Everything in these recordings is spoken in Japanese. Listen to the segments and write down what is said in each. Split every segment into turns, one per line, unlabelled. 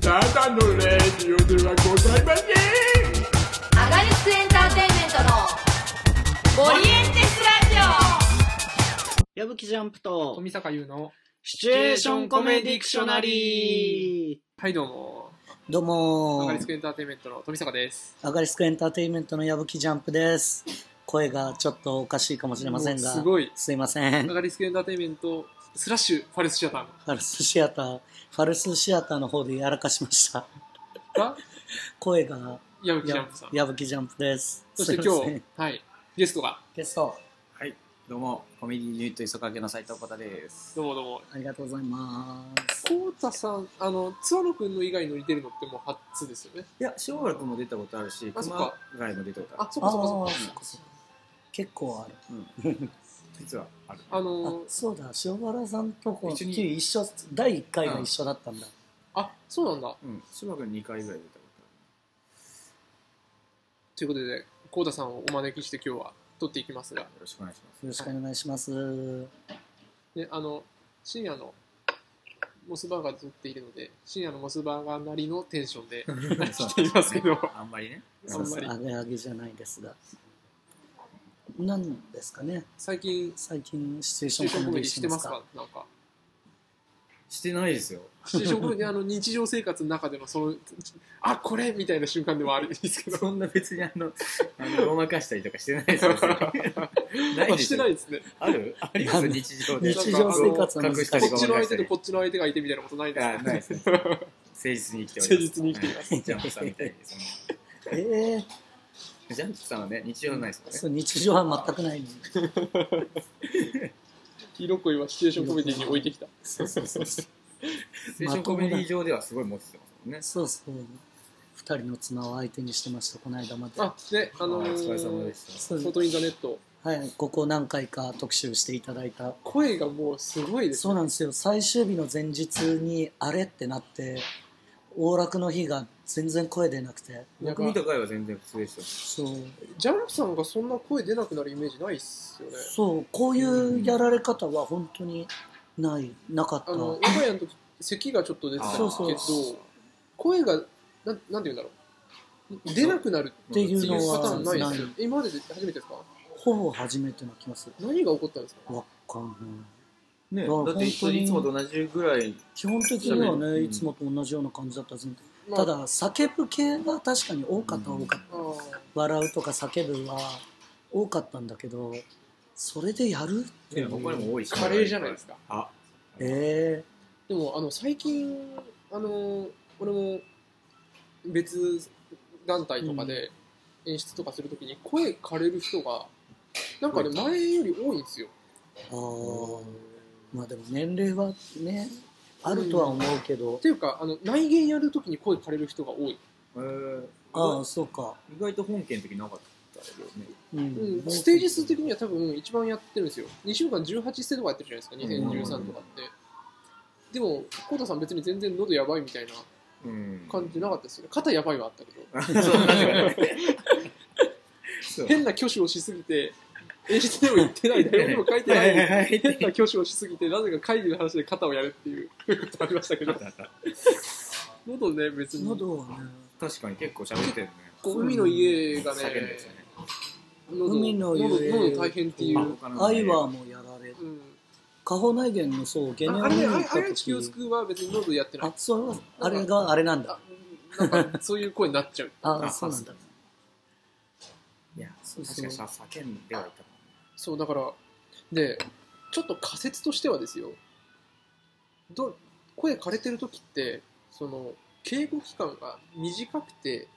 ただのレディオではございません
アガリスクエンターテインメントのオリエンテスラ
矢吹ジャンプと、
富坂優の。
シチュエーションコメディクショナリー。
はい、どうも。
どうも
アガリス
ー。
クエンターテインメントの富坂です。
アガリスクエンターテインメントの矢吹ジャンプです。声がちょっとおかしいかもしれませんが、
もうすごい
すいませ
ア
ん。フ
ガリスクエンターテインメント、スラッシュ、ファルスシアタ
ァルスシアター、ファルスシアターの方でやらかしました。
ーが、
声が
矢吹ジャ
や
ンプさん。
矢吹ジャンプです。
そして
すいま
今
せん
日、はい、ゲストが、
ゲスト、
はい、どうも、コメディユニット磯掛の斉藤ことです。
どうもどうも。
ありがとうございます。
コウタさん、あの、ツワノ君の以外の似てるのってもう初ですよね。
いや、塩原君も出たことあるし、
あそっ
熊
か
谷も出たことあ
あ、
る。
そっ
ああ
かそっかそっか。
ー、そっかそっか結構ある。
実はある。
あ
あ
の、
そうだ、塩原さんとこ
一緒に
一緒、第1回が一緒だったんだ。
あ、そうなんだ。
うん、島君2回ぐらい出たこと
ということで、コウタさんをお招きして今日は撮っていきますが
あ、る。よろしくお願いします。
よろしくお願いします。
ね、あの、深夜の、モスバーガーで撮っているので、深夜のモスバーガーなりのテンションで来 ていますけど、
あんまりね。
あんまり
あげあげじゃないですが。なんですかね、
最近、
最近シチュエー
シ
シ
チュエー
ョ
ショ
ン
ン
コ
コメデ
メデ
ィ
ィし
してて
ま
ますす
か
かなんか、
してない ですよ。
シチュエーションコメディ、あの、日常生活の中でも、その、あ、これみたいな瞬間ではあるんですけど、
そんな別にあの、 あのごまかしたりとかしてないで すよ。な
あしてない
い
ですね。
あるあります、日常で。
日常生活の難しい
こ
あの
っ
隠
ち
し
の
た
相
り
手とこっちの相手がいてみたいなことないで
あ、
す
な
か
いですね。 誠実に生きております。。
誠実に生きています
ジャンプさんみたいに。その
ええ
ジャンプさんはね、日常ないですからね
そう。日常は全くない、
黄色恋はシチュエーションコメディに置いてきた。
そうそうそうそう。
ステーションコメディ上ではすごい持ってますもんね。
そうそう。二人の綱を相手にしてました、この間まで。
あ、ね、あの
お疲れ様で
ー、
した。
そう
外インザネット、
はい、ここ何回か特集していただいた。
声がもうすごいです
そう
ね。
なんですよ、最終日の前日にあれってなって、往楽の日が全然声出なくて、
なん
僕
か
見た回は全然普通でした。
そう。
ジャンプさんがそんな声出なくなるイメージないっすよね。
そうこういうやられ方は本当にないなかっ
あ
た、
の、今やの時、咳がちょっと出てたけ
そう
ど
そう、
声が、なんなんて言うんだろう。出なくなる
っていうの
パター
は
ンないです
な
よ
い。
今までで初めてですか
ほぼ初めてな気がする
何が起こったんですか
わかんない
ね、
まあ
だっていつ
本当に
いつもと同じぐらい、
基本的にはね、
うん
いつもと同じような感じだったはず
まあ
ただ叫ぶ系が確かに多かったは多かった、
あー
笑うとか叫ぶは多かったんだけどそれでやるってい
ね、
う
他にも多いし。
カレーじゃないですか。
あ、
え
でもあの最近あの俺も別団体とかで演出とかするときに声枯れる人がなんかね
うん
前より多いんですよ
えああまあでも年齢はねあるとは思うけど、
っていうかあの内言やるときに声枯れる人が多い、
えー、
ああそうか、
意外と本家の時なかったよね。
うん
うん、ステージ数的には多分一番やってるんですよ2週間18ステとかやってるじゃないですか2013とかって、でもコウタさん別に全然喉やばいみたいな
うん。
感じなかったですよね肩やばいはあったけど
じ。そう、確 かに。そう。
変な挙手をしすぎて演出でも言って ない誰にも書いてない
い
変な挙手をしすぎて、なぜか会議の話で肩をやるっていうことありましたけど、喉ね、別に、
喉はね
確かに結構喋ってるね。
こう海の家がね
叫んでるんですよね。
喉
海の家
喉喉大変っていう、
あ他の
ア
ね
イワーもやられ
うん、
下方内源のそうゲネ
あ
を
あれ
見に
ね、
行っ
あれ
た
は地球を
時
救うは別に喉やってない
あ、そうなのあれがあれなんだ
あなんかそういう声になっちゃう、
あそうなんだ。
いや、
そう
確
そ
か
う
にさ叫んではいたもんね。
そうだから、で、ちょっと仮説としてはですよ、ど声枯れてる時って、その警護期間が短くて、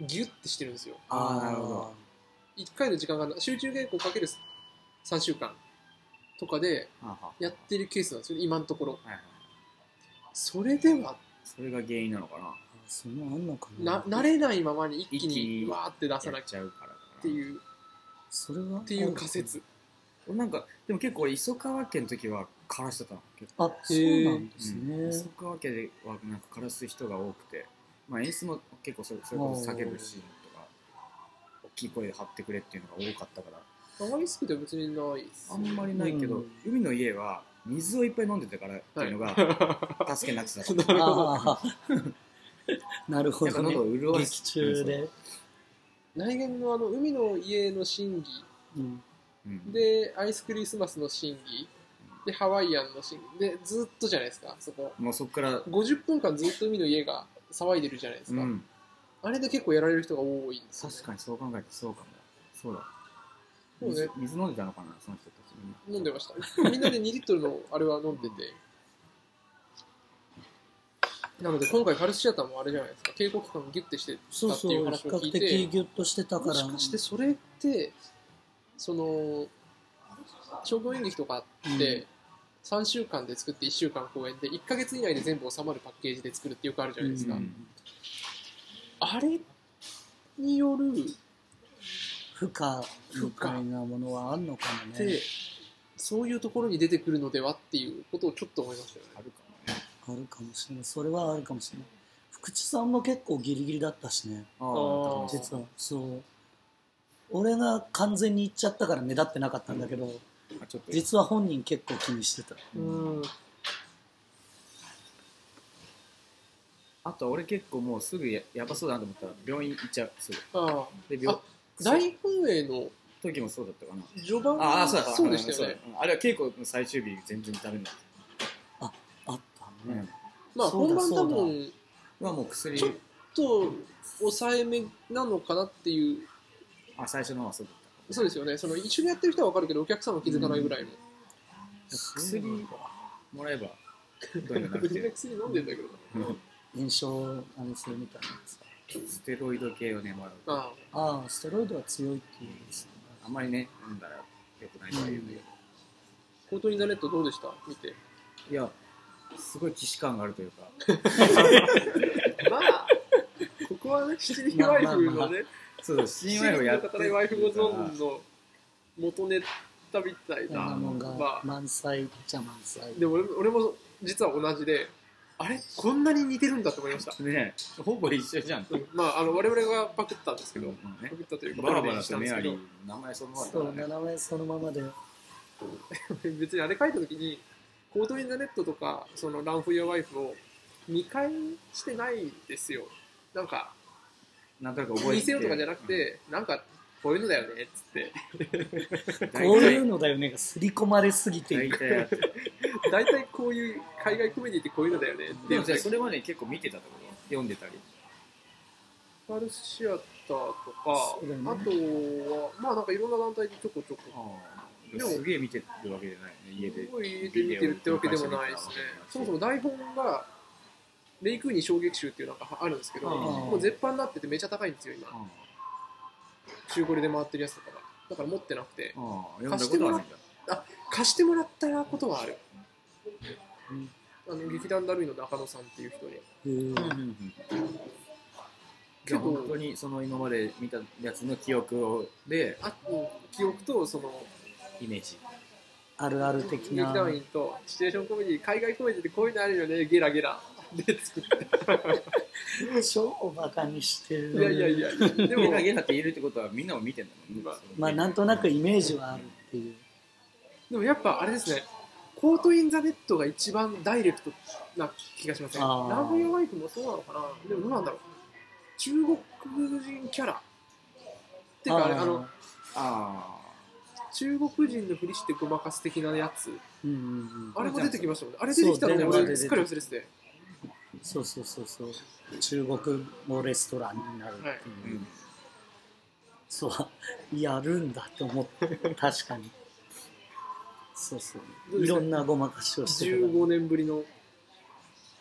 ギュッてしてるんですよ。
ああ、なるほど。
1回の時間がな集中稽古かける3週間とかで
はあは
やってるケースなんですよね今のところ
あはいはい。
それでは
それが原因なのかな。
あそんなのあんのか
な
な
慣れないままに一気
一気
に
に
わーって出さ
や
な
っ
きゃ
ちゃうからかな。
っていうっ
それは
ていう仮説
俺なんかでも結構俺磯川家の時は枯らしてたの結構
あそうなんです
うん
ね
磯川家ではなんか枯らす人が多くて、まあ、演出も結構それそれこそ叫ぶシーンとか大きい声で張ってくれっていうのが多かったから
ハワイスクでは別にないっす
あんまりないけど、
うん
海の家は水をいっぱい飲んでたからっていうのが
は
助けなくてた、
いなるほど
ああ なるほ
やっぱ
どね
喉を潤
劇中で、
内縁のあの海の家の審議
うん、
うん、
でアイスクリスマスの審議でハワイアンの審議でずっとじゃないですかそこ
もうそこから、
50分間ずっと海の家が騒いでるじゃないです
う
か、
ん、
あれで結構やられる人が多いんですよ、ね、
確かにそう考えてそうかもそうだ
そうね
水水飲んでたのかなその人たちみんな
飲んでましたみんなで2リットルのあれは飲んでてなので今回カルスシアターもあれじゃないですか警告感をギュッてして
そう
たって
そう
い
比
う話を
較
聞いて
的ギュッとしてたか
も
ら
しかしてそれってその商業演劇とかって3週間で作って1週間公演で1ヶ月以内で全部収まるパッケージで作るってよくあるじゃないですか、
うん
あれによる
負荷
負
み
荷
たいなものはあんのかも
で
ね
そういうところに出てくるのではっていうことをちょっと思いましたよね
あるかもね
あるかもしれないそれはあるかもしれない福地さんも結構ギリギリだったしね
あ
ー
あ
実はそう俺が完全に行っちゃったから目立ってなかったんだけど、
あちょっと
実は本人結構気にしてた
うん
あと俺結構もうすぐややばそうだなと思ったら病院行っちゃうすぐ
ああ
で病
あ大本営の
時もそうだったかな
序盤
ああそうだ
でしたよね、
そうだあれは稽古の最終日全然ダメだっ
あった
た、
ね、
うん
まあ
そうだ
本番多
そう
分
まあもう薬
ちょっと抑えめなのかなっていう
あ最初のはそうだった
そうですよねその一緒にやってる人は分かるけどお客さんは気づかないぐらいの、
薬もらえばどうにかな
み
るって
ん
い
な
う
薬飲んでんだけど
うん
炎症あれするみたいなやつ
ステロイド系をねもらうと
あ
ああステロイドは強いっていうんですね
あんまりね飲んだら良くないとは言うんだけど、
本当にダネットどうでした見て
いやすごい既視感があるとい うか
まあここはね七輪ワイフ
まあま
の
あま
ね
そうそう
七
新ワイ
輪
フや
の
ってる
語
から
いワイフご存知の元ネタみたい
そんな
な
もんが
まあ
満載っちゃ満載
でも俺も俺も実は同じであれこんなに似てるんだと思いました
ねほぼ一緒じゃん、
うんまあ、あの我々がパクったんですけど、
うん
パ
ね
クったというか、
バラ
パ
バ
ロディ
ラ
に
と
んで
メ
す
ア
け
リ
ど
ー名前そのままだか
そう
らね
名前そのままで
別にあれ書いた時に、コート・イン・ザ・ネットとか、そのラン・フイヤ・ワイフを見返してないんですよ。なんか、
なんとなく覚えて
見せようとかじゃなくて、なんか、こういうのだよねっつって、
うん大体
こういうのだよねが刷り込まれすぎている
大体やってる
大体こういう海外コメディってこういうのだよねってい
で
う
も
の
じゃ
で
あ、それまで結構見てたってこと読んでたり
パルスシアターと
そうだよね
か、あとは、まあなんかいろんな団体でちょこちょこ
でもすげえ見てるわけじゃないよね家です
ごい家で見てるってわけでもないですね。そもそも台本が、レイクーニ衝撃集っていうなんかあるんですけど、
あー
もう絶版になっててめちゃ高いんですよ、今。
あ
中古で回ってるやつだから。だから持ってなくて
あ。ああ読んだことはないんだ
貸してもらったことはある。あの劇団だるいの中野さんっていう人に。
うん
うんうんうんじゃあ本当にその今まで見たやつの記憶をで
あうん記憶と、その、
イメージ
あるある的
劇
な
団員と、シチュエーションコメディ、海外コメディってこういうのあるよね、ゲラゲラ。で作った。
超バカにしてる
いやいやいや、で
でもゲ
も
ラ、ゲラって言えるってことはみんなを見てんだもんね
まあ
まあなんとなくイメージはあるっていう
でもやっぱあれですね、コート・イン・ザ・ネットが一番ダイレクトな気がしません。
あー
ラブ・ヨ・ワイフもそうなのかな、でもどうなんだろう。中国人キャラ。っていうかあれ、
ー
あの、
あ
中国人のふりしてごまかす的なやつ、
うんうんうん
あれも出てきましたもんね。あれ出てきた
そ
の
う
も
出て
俺、
きた
すっかり忘れてて。
そうそうそうそう中国のレストランになるって
あ、
いう
う、ん、
そうやるんだと思って確かにそうそ
ど
う
うで
い
した
ろんなごまかしをしてたから
15年ぶりの。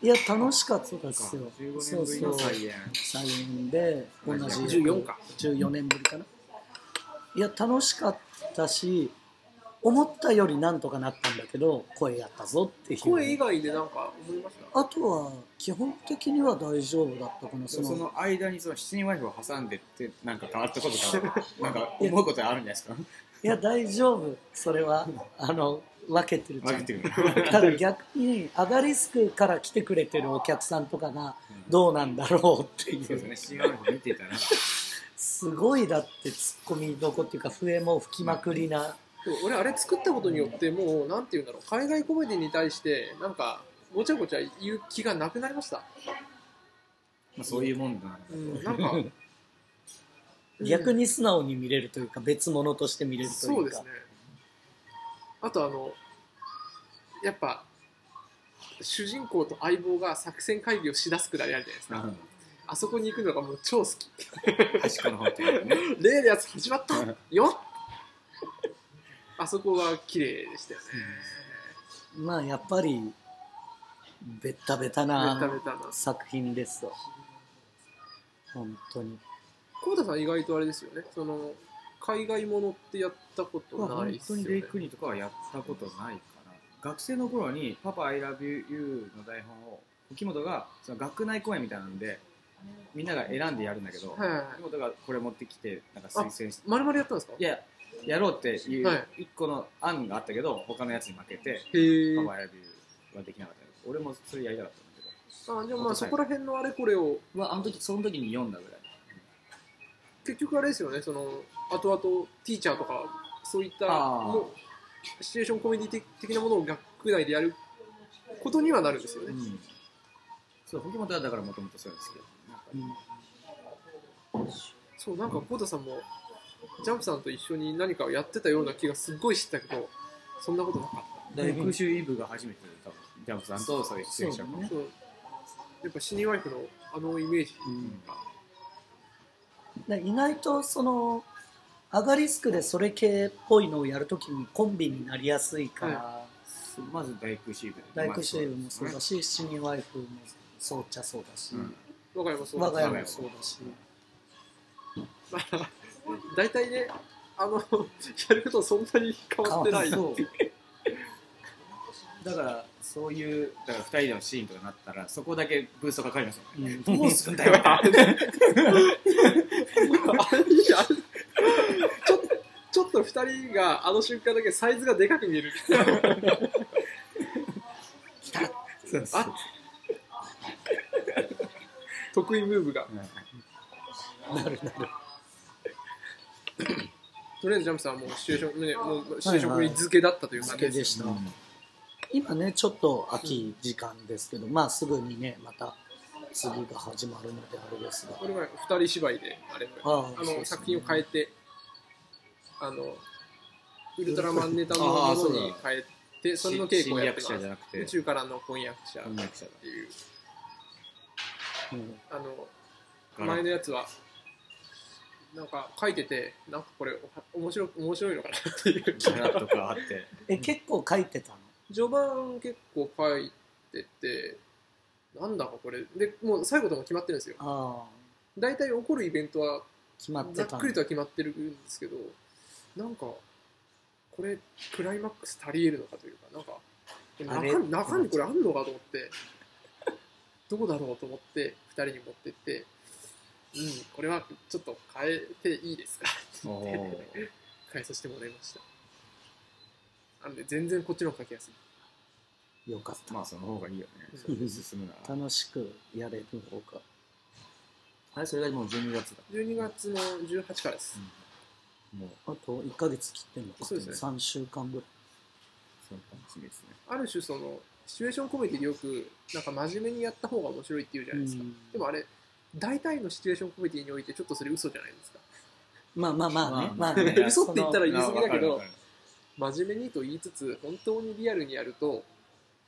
いや楽しかったですよ
15年ぶりの
そうそう
再演
再演で同じ
14か
14年ぶりかないや楽しかったし思ったよりなんとかなったんだけど声やったぞっていう
声以外でなんか思いました
あとは基本的には大丈夫だったかな
そ
そ
の
の
その間にその七人ワイフを挟んでってなんか変わったこと かなんか思うことあるんじゃないですか
いや大丈夫それはあの分けてるじゃ
分
ん
けてく
ただ逆にアガリスクから来てくれてるお客さんとかがどうなんだろうってい
そう
う
ですね、新ワイフ見 てたら、
すごいだってツッコミどこっていうか笛も吹きまくりな
でも俺、あれ作ったことによって、もう、なんて言うんだろう、海外コメディに対して、なんか、ごちゃごちゃ言う気がなくなりました。
まあ、そういうもんだなと、
うん、 なんか
逆に素直に見れるというか別物として見れるとい
そう
う
で
か
すねあとあのやっぱ主人公と相棒が作戦会議をしだすくだりあるじゃないですか、
うん
あそこに行くのがもう超好き
確かの方っていうね
例のやつ始まった
うん
よあそこは綺麗でしたよね
まあやっぱりベッタベタ
ベタ
な
ベタな
作品ですよ本当に
久保田さん意外とあれですよねその海外ものってやったこ
まあ
とない
本
っす
当
よ
に
ね
レイクリーとかはやったことないかな学生の頃に「パパ I love you」の台本を沖本がその学内公演みたいなんでみんなが選んでやるんだけど、
はいはいはい
沖本がこれ持ってきてなんか推薦して
丸々やったんですか
いややろうってい
はいう
一個の案があったけど、他のやつに負けて
へ
「
え
パパ I love you」はできなかったけど俺もそれやりたかったんだけど
あじゃあまあそこら辺のあれこれを
まあ、あの時その時に読んだぐらい
結局あれですよねその後々ティーチャーとかそういった
あー
もうシチュエーションコメディ的的なものを学区内でやることにはなるんですよね、
うん、そう北本はだからもともとそうですけどなんか
そうなんかコータさんもジャンプさんと一緒に何かをやってたような気がすっごいしてたけどそんなことなかっ
だから空襲イブが初めて多分ジャンプさんとそういう出演者かも
た、そうやっぱシニーワイフのあのイメージが、
で意外とそのアガリスクでそれ系っぽいのをやるときにコンビになりやすいから、
まず大空襲イブ
大工シェルもそうだし、
し、
シニワイフもそうっちゃそうだし、
うん
我が家もそう
我が家
我が家
も
も
そうだし、
まあ 大体ねあのやることそんなに変わってない
そうだからそういうだから2人でのシーンとかなったらそこだけブーストかかりますよね、
うん
どうすんだよって
あれいいあれちょっとちょっと2人があの瞬間だけサイズがでかく見える
そうそう
あ得意ムーブが
なるなる。
とりあえずジャンプさんはもうシチュエーション、ね、もうシチュエーション組み付けだったという感
付
じ
け
で、
ですした。
うん
今ね、ちょっと秋時間ですけど、まあすぐにね、また次が始まるのであれですが。
これは2人芝居であれ
ああ
あ
そうです
の
ね
作品を変えてあのウルトラマンネタのものに変えてそれの稽古をやって
侵略者じゃ
ま
なく
す
て
宇宙からの婚約者っ
翻訳者だ
ていう
うん
あの前のやつはなんか書いててなんかこれお面白面白いのかなっていう
柄とかあ って
え、結構書いてたの
序盤結構書いててなんだかこれでもう最後とも決まってるんですよ
ああ、
大体起こるイベントは
決まって
ざった
の
くりとは決まってるんですけどなんかこれクライマックス足りえるのかというかなんか
あれ
中身中身これあんのかと思 ってどうだろうと思って2人に持ってって「うんこれはちょっと変えていいですか?」
おお
変えさせてもらいましたなので全然こっちの方が書きやすい
よかった。
まあその方がいいよねそれで進むなら
楽しくやれる方が。
あれそれがもう12月だ、
12月の18からです
もう
あと1ヶ月切ってんのか。
そうですね
3週間ぐらい。
その楽しみですね
ある種そのシチュエーションコメディでよくなんか真面目にやった方が面白いっていうじゃないですか、
うん
でもあれ大体のシチュエーションコメディにおいてちょっとそれ嘘じゃない ですか
まあまあまあね。
ま
まあ
あまあね
ね。
嘘って言ったら言い過ぎだけ
わ
ど
かるわかる
真面目にと言いつつ本当にリアルにやると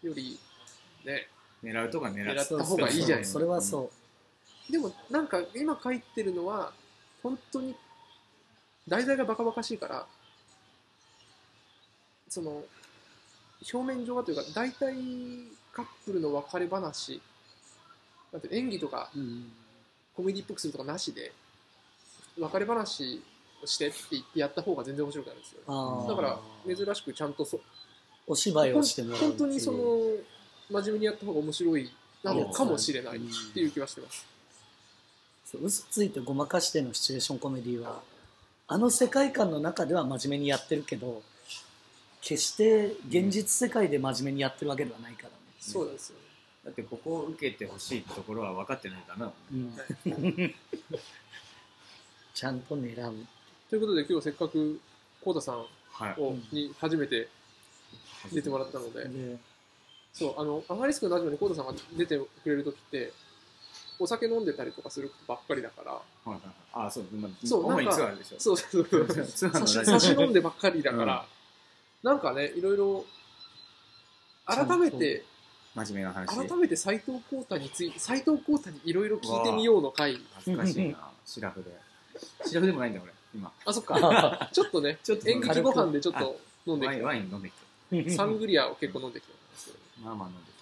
よりね
狙うとか狙
狙った方がいいじゃないです
それはそう。
でもなんか今書いてるのは本当に題材がバカバカしいからその表面上はというか大体カップルの別れ話だって演技とか
うん
コメディっぽくするとかなしで別れ話をしてって言ってやった方が全然面白くなるんですよ
あー
だから珍しくちゃんとそ
お芝居をしてもらうっていう
本当にその真面目にやった方が面白いなのかもしれないっていう気はしてます
そう嘘ついてごまかしてのシチュエーションコメディはあの世界観の中では真面目にやってるけど決して現実世界で真面目にやってるわけではないからね、
そうなんですよね
だってここを受けてほしいってところは分かってないからな
ちゃんと狙う
ということで今日せっかくコウタさん
はい
をに初めて出てもらったので、そうあのアガリスクのラジオにコウタさんが出てくれる時ってお酒飲んでたりとかすることばっかりだから
はいはいあ、そう、まあ、
そう
主に
なんか
ツアーでしょ。
そうそうそうそう
ツアー
差
の
し
ライ
差
ブ
し飲んでばっかりだから、なんかねいろいろ改めて
真面目な話。
改めて斎藤浩太について斎藤浩太にいろいろ聞いてみようの回
恥ずかしいな、シラフで。シラフでもないんだ、俺、今。
あそっか
あ
ちょっとね
ちょっと
演劇ご飯でちょっ
あ
と飲んで
ワ
き
インワイン飲んでき
たサングリアを結構飲んできたんですけど
た。まあまあ飲んでき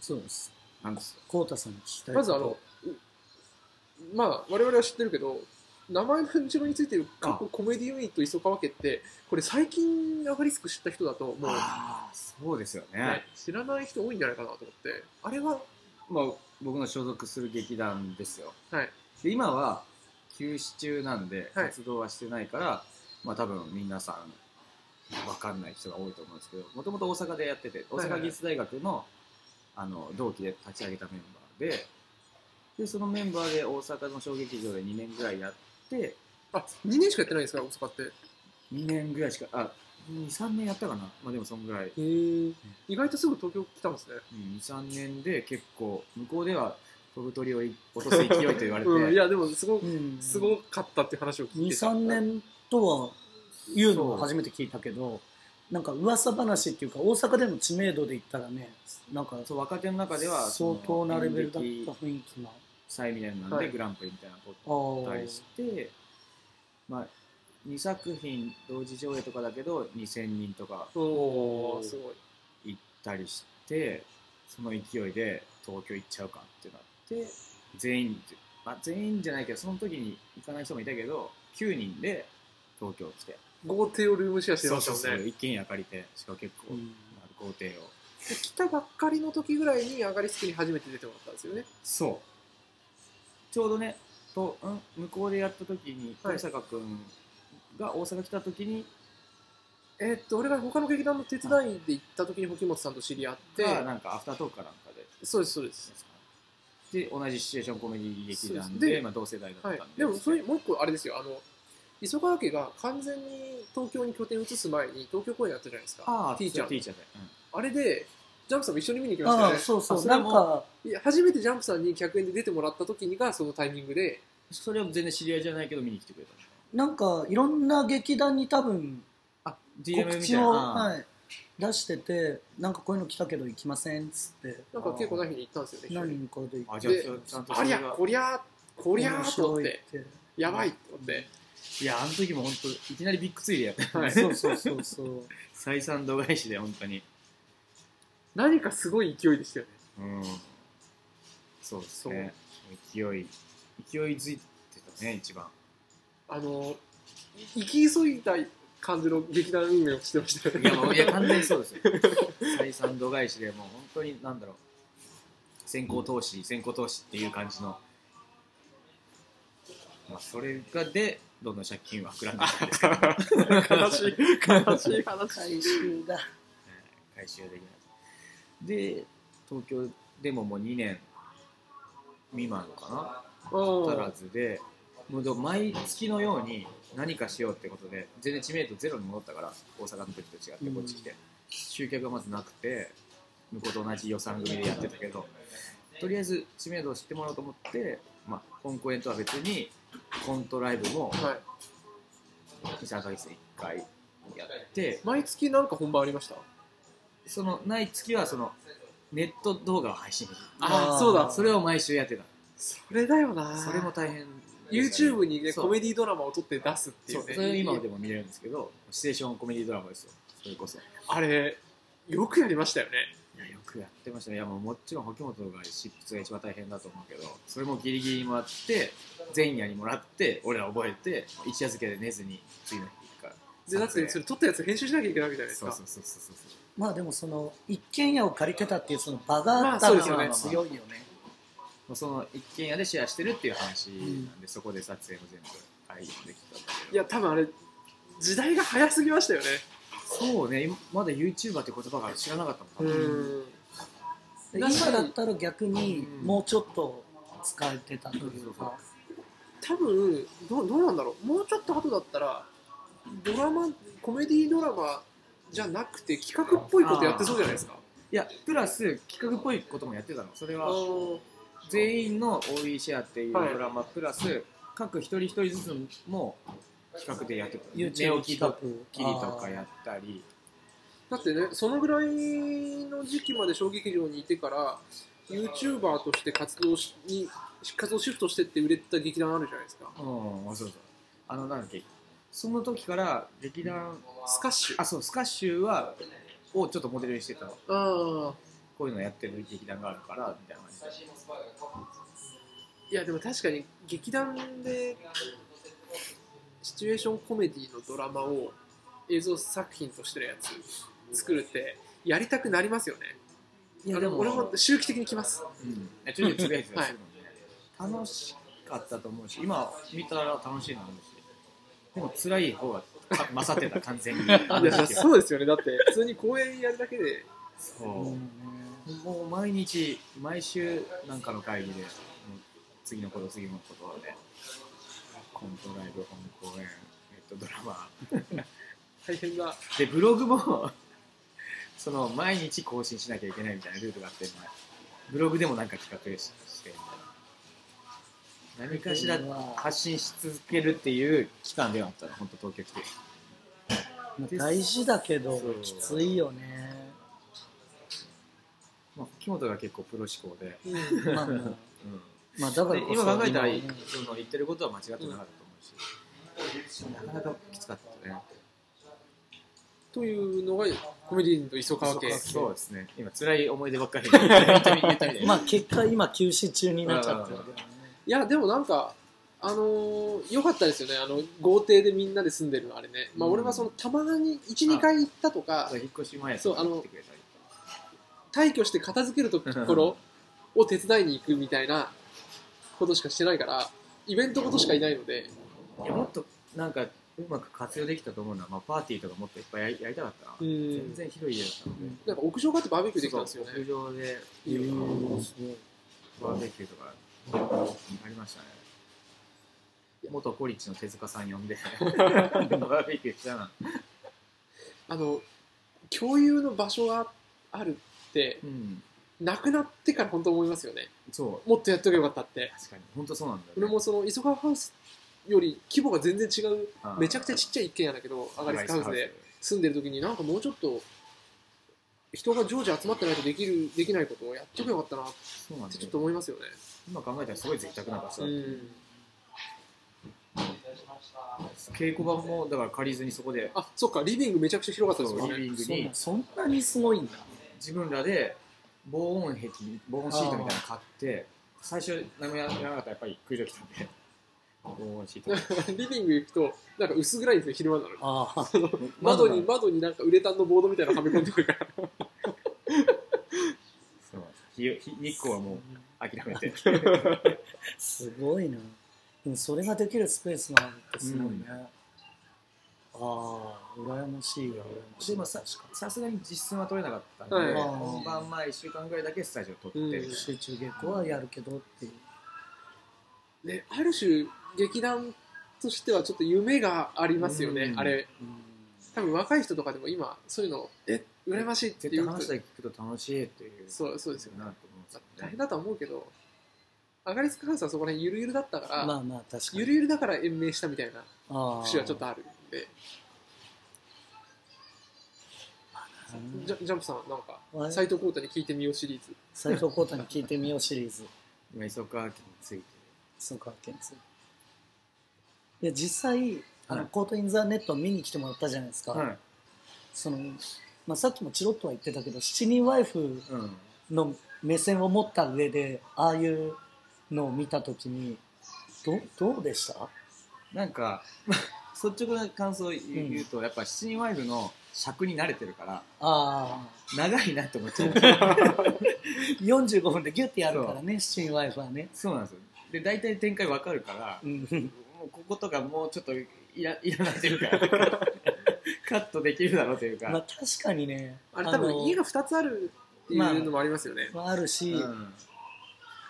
そうです。
た。なんですよ。
コウタさんに聞きたいこと。
まずあの、うまあ、我々は知ってるけど、名前の後ろについてる過去コメディユニット磯川家って、これ最近アガリスク知った人だと、もう、
ああ、そうですよ
ね
ね。、
知らない人多いんじゃないかなと思って、あれは、
まあ、僕の所属する劇団ですよ。
はい、
で、今は休止中なんで、
はい
活動はしてないから、まあ多分皆さん、わかんない人が多いと思うんですけど、もともと大阪でやってて、大
はいはい
阪技術大学のあの同期で立ち上げたメンバーで、で、そのメンバーで大阪の小劇場で2年ぐらいやって、
あ2年しかやってないんですか、大阪って。
2年ぐらいしか、あ、2、3年やったかな。まあでもそんぐらい
意外とすぐ東京来たんですね。
23年で結構向こうでは飛ぶ鳥を落とす勢いと言われ て、
うん、いや、でも、すご
うん、
すごかったっていう話を聞いて
2、3年とは言うのを初めて聞いたけど、なんか噂話っていうか、大阪での知名度で言ったらね、なんか
そう若手の中では
相当なレベルだ
そ
っ
の
た
演劇
雰囲気な。
祭みたいなの
は
で
い
グランプリみたいなの
あ
を取ったりし
ー
て、まあ、2作品同時上映とかだけど2000人とか
おー、すごい。
行ったりしてその勢いで東京行っちゃうかってなって全員、まあ、全員じゃないけどその時に行かない人もいたけど9人で東京来て
豪邸をルームシェアしてましたもんね。
一軒家借りてしかも結構
うん
あの豪邸を
で来たばっかりの時ぐらいにアガリスクに初めて出てもらったんですよね。
そうちょうどねと、うん、向こうでやった時に
はい
豊坂君が大阪来た時に、
えーっと、俺が他の劇団の手伝いで行った時に沖本さんと知り合って、
がなんかアフタートークかなんかで
そうです、そうです。
で同じシチュエーションコメディ劇団
そう
で
ですで
まあ、同世代だったん
は
で
い、、でも、それ、もう一個あれですよ、あの、磯川家が完全に東京に拠点移す前に東京公演やったじゃないですか。
ああ
ティーチャー。
ティーチャーで、
あれで、ジャンプさんも一緒に見に行きました
あ
よ
ー、
ね。
そうそ
あ
う、
そ
な
れ
ん
も
か、
いや初めてジャンプさんに客演で出てもらった時にがそのタイミングで、
うんそれは全然知り合いじゃないけど見に来てくれた
なんかいろんな劇団に多分
あ DM みた
告
い
知
な
を、
ああ
はい、出してて、なんかこういうの来たけど行きませんっつって、
なんか結構な日に行ったんですよね一緒
何
に。
人かで行っ
あ
て
じゃあ
で
ちゃんと
あ
それ
り
が
ゃ、こりゃ、こりゃ
面
ーと思っ
白い
て、やばいと思って。
いやあの時も本当いきなりビッグツイでやったよね、
はい
そうそうそう そう。
採算度外視で本当に
何かすごい勢いでしたよね。
うんそうですね勢い勢いづいてたね一番
あの、い生き急いだ感じの劇団運営をしてましたよ
いや
ね。
もういや完全にそうですよ採算度外視でもう本当になんだろう先行投資先行投資っていう感じのまあそれがでどんどん借金は膨らんでいったんですけど
悲しい、悲しい話。
回収だ。
回収できないで東京でももう2年未満か な
うん
足らずで、もうでも毎月のように何かしようってことで、全然知名度ゼロに戻ったから、大阪の時と違って、こっち来て、集客がまずなくて、向こうと同じ予算組でやってたけど、とりあえず知名度を知ってもらおうと思って、まあ、本公演とは別に、コントライブも
はい。
2、3ヶ月で1回やって、
毎月なんか本番ありました
そのない月はそのネット動画を配信
あー
そうだ
それを毎週やってた。
それだよな
それも大変。
YouTube にね、
そう
コメディドラマを撮って出すってい
そううそれ
ね。
今でも見れるんですけどシチュエーションコメディドラマですよそれこそい
あれ、よくやりましたよね。
やよくやってましたねいやもうもちろん保本が執筆が一番大変だと思うけどそれもギリギリもらって前夜にもらって俺ら覚えて一夜漬けで寝ずに次の日行くから
で、だってそれ撮ったやつ編集しなきゃいけないわけじゃないです
そう
か。
そうそうそうそう
まあでもその一軒家を借りてたっていうその場があっ
まあそ
た
う
の
ですよね
が強いよね。
もうその一軒家でシェアしてるっていう話なん
ん
で、そこで撮影も全部会議できたんだけど
いや、多分あれ、時代が早すぎましたよね。
そうね今まだ YouTuber って言葉が知らなかったもん、
うん。
で
だし
今だったら逆に
うん
もうちょっと使えてたという
そうそう
か。
多分どどうなんだろうもうちょっと後だったらドラマコメディドラマじゃなくて企画っぽいことやってそうじゃないですか
いやプラス企画っぽいこともやってたのそれ
あ
は
ー
全員の OE シェアっていうド
はい
ラマプラス、各一人一人ずつも企画でやってた寝
YouTube
起きと
企
き
画
とかやったり
だってね、そのぐらいの時期まで小劇場にいてから、YouTuber として活動しに活動シフトしてって売れてた劇団あるじゃないですか。
うんあそうそうあのなんだっけその時から劇団
スカッシュ。
あそうスカッシュはをちょっとモデルにしてたの
ああ。
こういうのやってる劇団があるからみたいな感じで
いや、でも確かに劇団でシチュエーションコメディのドラマを映像作品としてのやつ作るって、やりたくなりますよね。
い
あの俺も周期的に来ます。
うんえちょいちょいつぶやいてたりするもんね楽しかったと思うし今見たら楽しいなと思うしでも辛い方がか勝ってた完 全にあ
い
の
や
時期は
そうですよね。だって、普通に公演やるだけで、
そうもう毎日毎週なんかの会議でもう次のこと次のことでコントライブ本公演えっとドラマ
大変な。
でブログも その毎日更新しなきゃいけないみたいなルールがあって、まあブログでもなんか企画ししてみたいな何かしら発信し続けるっていう期間ではあったの本当東京来て
まあ大事だけど
そう
きついよね
まあ木本が結構プロ志向で、
まあまあ
うん
まあだから
で
こそ
今考えたら、
今はね
その言ってることは間違ってなかったと思うし、なかなかきつかったね。
というのが、コメディアンと磯川家。
そうですね。今辛い思い出ばっかり言ったみたいで
まあ結果今休止中になっちゃってるけどね
いや、でもなんか、あのー、良かったですよね。あの、豪邸でみんなで住んでるの、あれね。まあ、
うん
俺はその、たまに、1、2回行ったとか、
引っ越し前
そうあの
に来てくれたり
退去して片付けるところを手伝いに行くみたいなことしかしてないから、イベントことしかいないので、
いやもっとなんかうまく活用できたと思うのは、まあ、パーティーとかもっといっぱいやりやりたかったな、
うん
全。然広い家だったので、
なんか屋上があってバーベキューできたんですよ
屋
ね。
上で
いいよ
バーベキューとかありましたね元コリッチの手塚さん呼ん でバーベキューしたな、
あの、共有の場所があるって、
うん、
なくなってから本当思いますよね。
そう
もっとやっとけばよかったって。
確かに本当そうなんだよ、ね、
俺もその、磯川ハウスより規模が全然違う
あー
めちゃくちゃちっちゃい一軒家だけど、アガリスカウスで住んでる時に、なんかもうちょっと、人が常時集まってないとできる、できないことをやっとけばよかったなっ
そうなんだ
て
よ
ちょっと思いますよね。
今考えたらすごい贅沢な場所だった、
うん。
稽古場もだから借りずにそこで
あ、そっか、リビングめちゃくちゃ広かったです
そ
よ
うリビ
ね。
ング
そう
に
なんそんなにすごいんだ
自分らで防音壁防音シートみたいなの買って最初何もやらなかったらやっぱり空場来たんで防音シー ト
リビング行くと、なんか薄暗いんですよ、昼間なのに。
ああ
窓に、
窓が
窓になんかウレタンのボードみたいなのはめ込んでくるから。
そう日日日光はもう諦めて
すごいなでもそれができるスペースがあるってすごいね、
うん
ああ羨ましいわ羨ましい
でもささすがに実寸は取れなかったんで、
はい
本番前1週間ぐらいだけスタジオ撮って、
うん
集中稽古はやるけどっていう
ね、ある種、劇団としてはちょっと夢がありますよね、
うん
あれ。
うん
多分若い人とかでも今、そういうの、え、羨ましいって
絶
い
対
う
話だけ聞くと楽しいっていう
そうそうですよね
なと思うんですよ
大変
ね
だとは思うけど、アガリスクハウスはそこら辺ゆるゆるだったから、
まあまあ確かに
ゆるゆるだから延命したみたいな
ああ
節はちょっとあるんで、ジャジャンプさん、なんか、
はい
斎藤浩太に聞いてみようシリーズ。
斎藤浩太に聞いてみようシリーズ
今磯川家について
そうか見するいや実際あの、コート・イン・ザ・ネット見に来てもらったじゃないですか、
はい
そのまあ、さっきもチロッとは言ってたけど七人ワイフ
うん
の目線を持った上でああいうのを見た時にどどうでした
なんか 率直な感想を言う言うと、やっぱ七人ワイフの尺に慣れてるから
ああ
長いなって思っち ゃう
45分でギュッてやるからね七人ワイフはね
そうなんですよで大体展開わかるから、
うん
もうこことかもうちょっといらいらないという かカットできるだろうというか、
まあ確かにね
あれ多分
の
家が2つあるっていうのもありますよね。
まああるし、
うん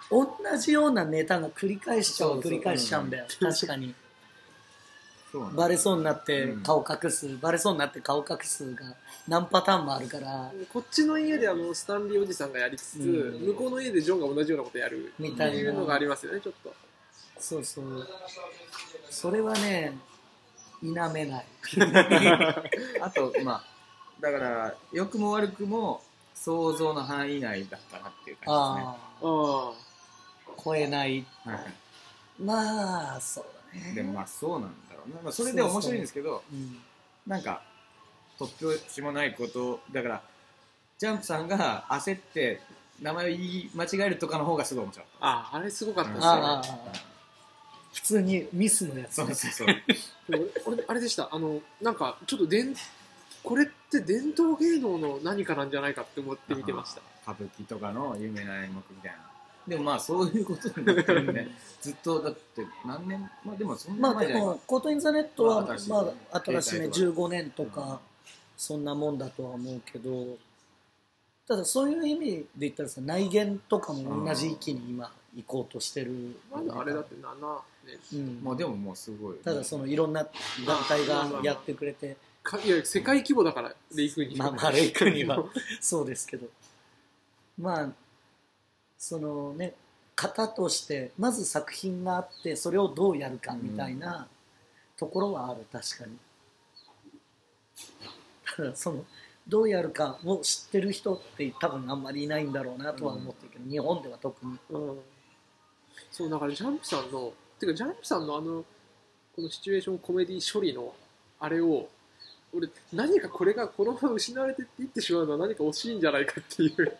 同じようなネタが繰り返しちゃう
そうそう
繰り返しちゃうんだよ確かに
そうなんだ
バレそうになって
うん
顔隠す、バレそうになって顔隠すが何パターンもあるから
こっちの家であのスタンリーおじさんがやりつつ、
うん
向こうの家でジョンが同じようなことやる
み
ったて
い
いう
な、
のがありますよねちょっと
そうそうそれはね否めない
あとまあだから良くも悪くも想像の範囲内だったなっていう感
ああ
あ
超えない
じですねはいは
まあそうだね
いでもまあそうなんだろうな、まあ、それで面白いんですけど
うん
なんか突拍子もないことだからジャンプさんが焦って名前を言い間違えるとかの方がすごい面白かっ
あああれすごかったです
うん
ね
ああ普通にミスのや
た
つ
そうそうそう
でも俺俺あれでしたあのなんかちょっと伝これって伝統芸能の何かなんじゃないかって思って見てました
歌舞伎とかの有名な演目みたいなでもまあそういうことになってるんでずっとだって何年まあでもそん
まあ
な前
で
じゃない
も「コート・イン・ザ・ネットは」
まあ新しい
まあ新しめ
携帯
15年とかそんなもんだとは思うけどただそういう意味で言ったらさ内言とかも同じ域に今行こうとしてる
まだあれだって7年
うん
まあでももうすごい
ただそのいろんな団体がやってくれて
かいや世界規模だからで行くに
まあ丸い国はそうですけどまあそのね型としてまず作品があってそれをどうやるかみたいなところはある確かにただそのどうやるかを知ってる人って多分あんまりいないんだろうなとは思ってるけど、日本では特に
うんそうだからジャンプさんのてかジャンプさんのあのこのシチュエーションコメディ処理のあれを俺何かこれがこのまま失われていってしまうのは何か惜しいんじゃないかっていう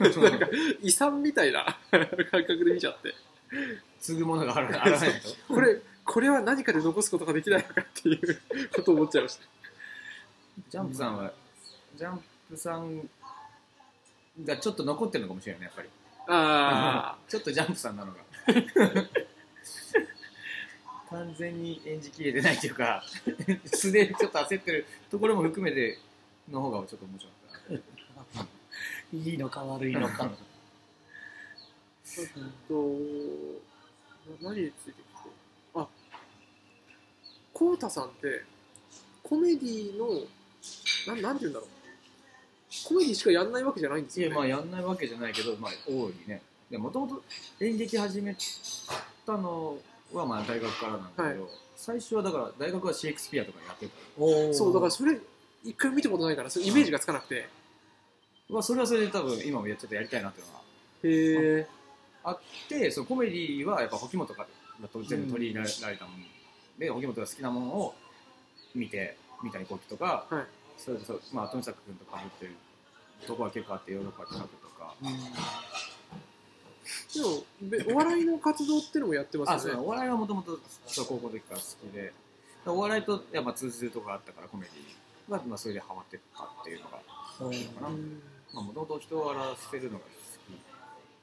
なんか遺産みたいな感覚で見ちゃって
継ぐものが あらあらないと
これこれは何かで残すことができないのかっていうことを思っちゃいました
ジャンプさんは、ジャンプさんがちょっと残ってるのかもしれないね、やっぱり。
あ
ちょっとジャンプさんなのが。完全に演じきれてないというか、素でちょっと焦ってるところも含めての方がちょっと面白かっ
いいのか悪いの か、
あとな何についてきてあこうたさんってコメディのなんなんて言うんだろうコメディしかやんないわけじゃないんで
た。
す
い
よ、
や、
ね、
まあやんないわけじゃないけど、まあ大いにね。でもともと演劇始めたのはまあ大学からなんだけど、最初はだから大学はシェイクスピアとかやってた
おー
そうだからそれ一回見たことないからそれイメージがつかなくてへ
まあそれはそれで多分今もやっちょっとやりたいなっていうのは
え
あってそのコメディはやっぱ沖本が全部取り入れられたもんで沖本が好きなものを見て三谷幸喜とか、
はい
それこそまあ富坂君とかぶってるとこは結構あってヨーロッパ企画とか
でもべお笑いの活動ってのもやってま
あ
す
そう
よ
だ
ね
お笑いはもともと高校の時から好きでお笑いとやっぱ通ずるとこがあったからコメディがまあそれでハマってったっていうのが
うん
かな
うん
もともと人を笑わせるのが好き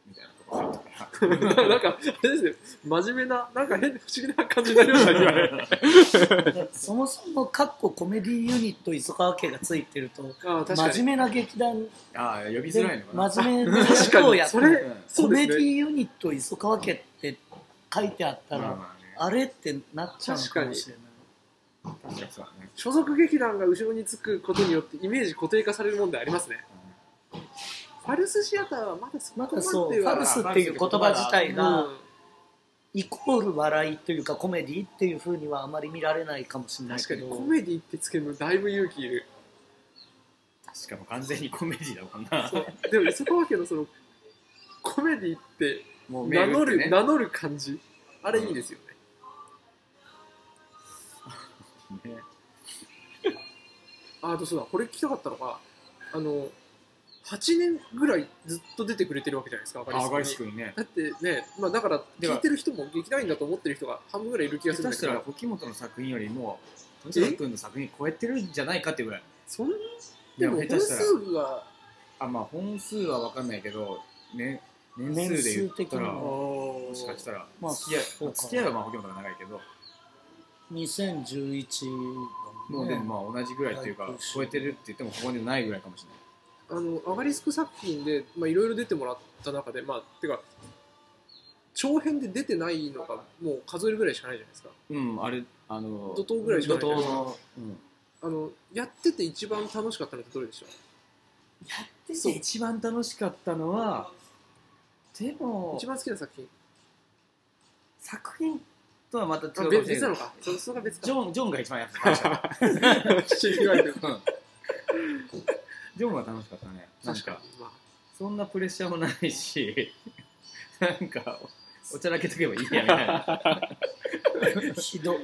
みたいなとこがあったか ら
なんか、あれですね、真面目な、なんか変な不思議な感じになりましたね今 ね。
そもそもかっこコメディユニット磯川家がついてると
ああ、確かに。
真面目な劇団
ああ呼びづらい
で
のかな
真面目な人をやって
確かに
る
それ
うん
そ
コ
うで
メ
すね
ディユニット磯川家って書いてあった
まあ
ら
まあね
あれってなっちゃうのかもしれない
確かにそうだね
所属劇団が後ろにつくことによってイメージ固定化される問題ありますねファルスシアターはまだそこ
ま
ま
だそう
で
フ
は
ァルスっていう言葉自体が
うん
イコール笑いというかコメディっていうふうにはあまり見られないかもしれない
確か
け
に
ど
コメディってつけるのだいぶ勇気いる
しかも完全にコメディだもんな。
そうでも磯川家のそのコメディって
もう
名乗る、
ね、
名乗る感じあれいいですよね、
ね
ああとそうだこれ聞きたかったのがあの8年ぐらいずっと出てくれてるわけじゃないですか
あ、ガ
ア
リス君ね。
だってね、まあ、だから
で
聞
はい
てる人も劇団員だと思ってる人が半分ぐらいいる気がする
下
ん
手
だ
し
け
たら、
ど
沖本の作品よりも、富坂君の作品超えてるんじゃないかってぐらい。
そんないで
や
も
下手
本
したら
数は
あ、まあ本数は分かんないけど、ね、年数で言
年数
っ
的
た
に
ら、
は
も
も
しかしたら、
まあ
付き合い
そうか
付き合いはまあ沖本が長いけど、
2011
もうで
年
もまあ同じぐらいっていうか
はい、
超えてるって言ってもここでないぐらいかもしれない。
あのアガリスク作品でまあいろいろ出てもらった中でまあてか長編で出てないのがもう数えるぐらいしかないじゃないですか
うん、あれ、あの、
怒涛ぐらいしかない
怒涛の、うん。
あのやってて一番楽しかったのってどれでしょ
そう一番楽しかったのは、で
う
も
一、番好きな作品
作品とはまた違うか
あ
もしれ
別
な
別な
い
のかそそれが別
ジ
か
ョン、ジョンが一番やってた。
知り合いで
うん ジョンは楽しかったね。なんか、
ま
そんなプレッシャーもない し、なんか、おちゃらけとけばいいやみたい な。
ひど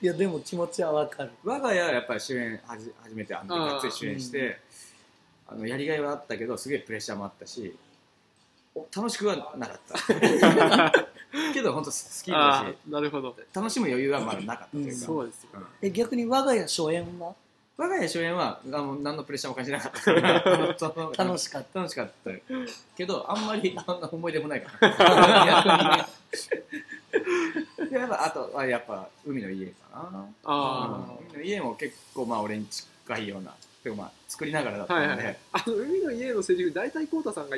いやでも気持ちはわかる
我が家はやっぱり主演はじ初めてあの
あー
がっつり主演して、あのやりがいはあったけどすげえプレッシャーもあったしお楽しくはなかった けど本当好き
ああ
だし
ーなるほど
楽しむ余裕はまだなかったというか、
うん
そうですよ
うん
え逆に我が家初演は
我が家主演はあの何のプレッシャーも感じなかったから 本当
楽しかっ
楽しかったよけどあんまりあんな思い出もないから 逆にねでやっぱあとはやっぱ海の家かな
あ
うん海の家も結構まあ俺に近いようなでもまあ作りながらだっ
あ
た
はいは
の
い
で、
はいあの海の家のセリフ大体こうたさんが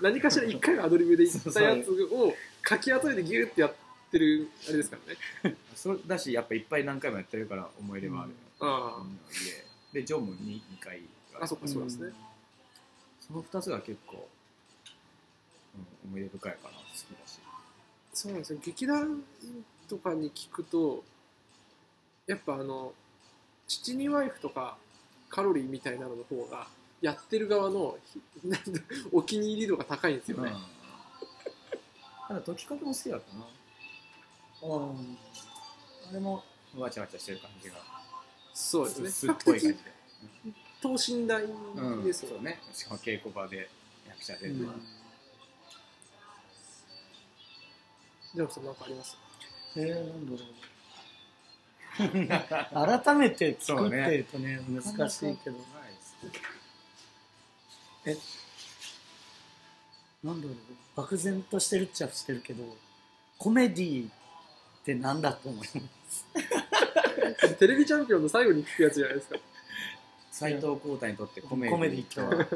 何かしら一回のアドリブで言ったやつをかき集めてギューってやってるあれですからね
それだしやっぱいっぱい何回もやってるから思い出はある、
あ
海の家でジョンも 2, 回
ああそっか
た
そうですね、
その2つが結構、うん思い出深いかな好きだし
そうなんですよ劇団とかに聞くとやっぱあの七人ワイフとかカロリーみたいなのの方がやってる側のひなんてお気に入り度が高いんですよね、
うんただ解きかけも好きだったな
うん
あれもわちゃわちゃしてる感じが
そうですね比
す っ
較
ぽい
的
感じで、
等身大
うん
です
そ
よ
う
ね、
ねしかも稽古場で役者で、
うん
でもそんなんかあります
えー、なんだろう 改めて作ってるとね難しいけどなんだろう漠然としてるっちゃしてるけどコメディってなんだと思います
テレビチャンピオンの最後に聞くやつじゃないですか
斎藤浩太にとってコメ
コメディ
とは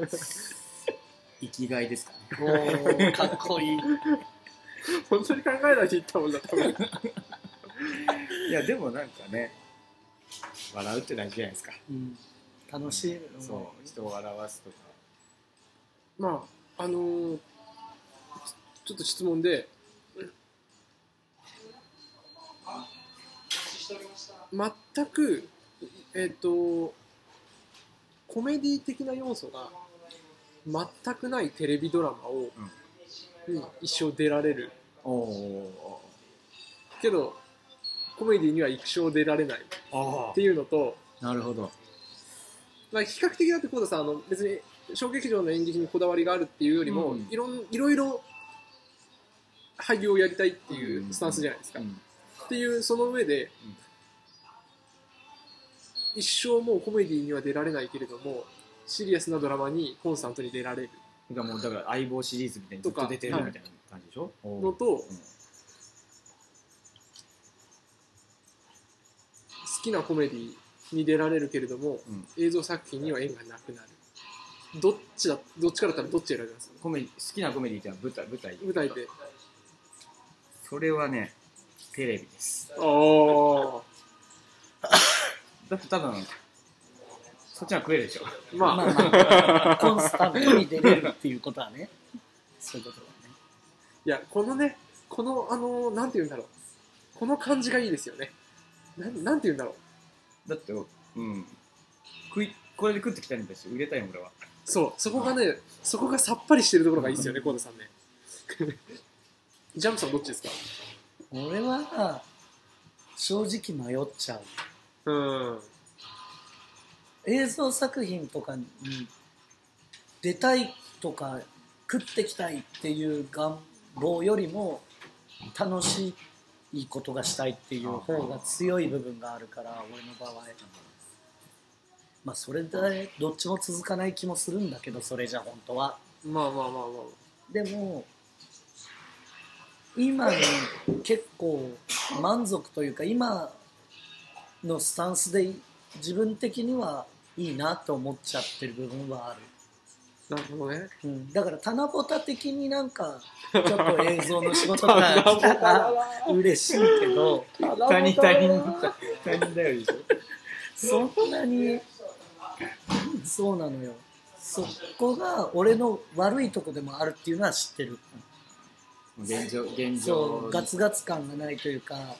生きがいですかね
おーかっこいい
本当に考えないで言ったもんだと思う
いやでもなんかね笑うって大事じゃないですか
うん楽しい、
そう人を笑わすとか
まああのーちょっと質問で全くえっ、とコメディ的な要素が全くないテレビドラマを、に一生出られる
おお
けどコメディには一生出られないっ
あ
ていうのと、
あなるほど
まあ、比較的だってこうださんあの別に小劇場の演劇にこだわりがあるっていうよりも、
うん
いろんいろいろ俳優をやりたいってい
ん
うスタンスじゃないですか、
うん
っていうその上で、一生もうコメディには出られないけれどもシリアスなドラマにコンスタントに出られる
だからもうだから相棒シリーズみたいにずっと出てるみたいな感じでしょ、おー
のと、好
うん
きなコメディに出られるけれども、
うん
映像作品には縁がなくなるどっちだどっちからだったらどっち選びます
コメディ好きなコメディってのは舞台舞台
舞台で
それはねテレビです
あ
だって多分そっちは食えるでしょ
あまあ、
まあまあコンスタントに出れるっていうことはねそういうことだね
いやこのねこのあのなんて言うんだろうこの感じがいいですよねなんなんて言うんだろう
だってうん食いこれで食ってきたんだし売れたいもん俺は
そうそこがねそこがさっぱりしてるところがいいですよね河田さんね ジャムさんどっちですか
俺は正直迷っちゃう
うん
映像作品とかに出たいとか食ってきたいっていう願望よりも楽しいことがしたいっていう方が強い部分があるから俺の場合まあそれでどっちも続かない気もするんだけどそれじゃ本当は
まあまあまあまあ
でも今に結構満足というか今のスタンスで自分的にはいいなと思っちゃってる部分はある
なるほどね。
うん、だから棚ぼた的になん かちょっと映像の仕事が来たら嬉しいけど
他人他人他人だよで しょ
そんなにそうなのよそこが俺の悪いとこでもあるっていうのは知ってる
現状現
そ
状
うガツガツ感がないというか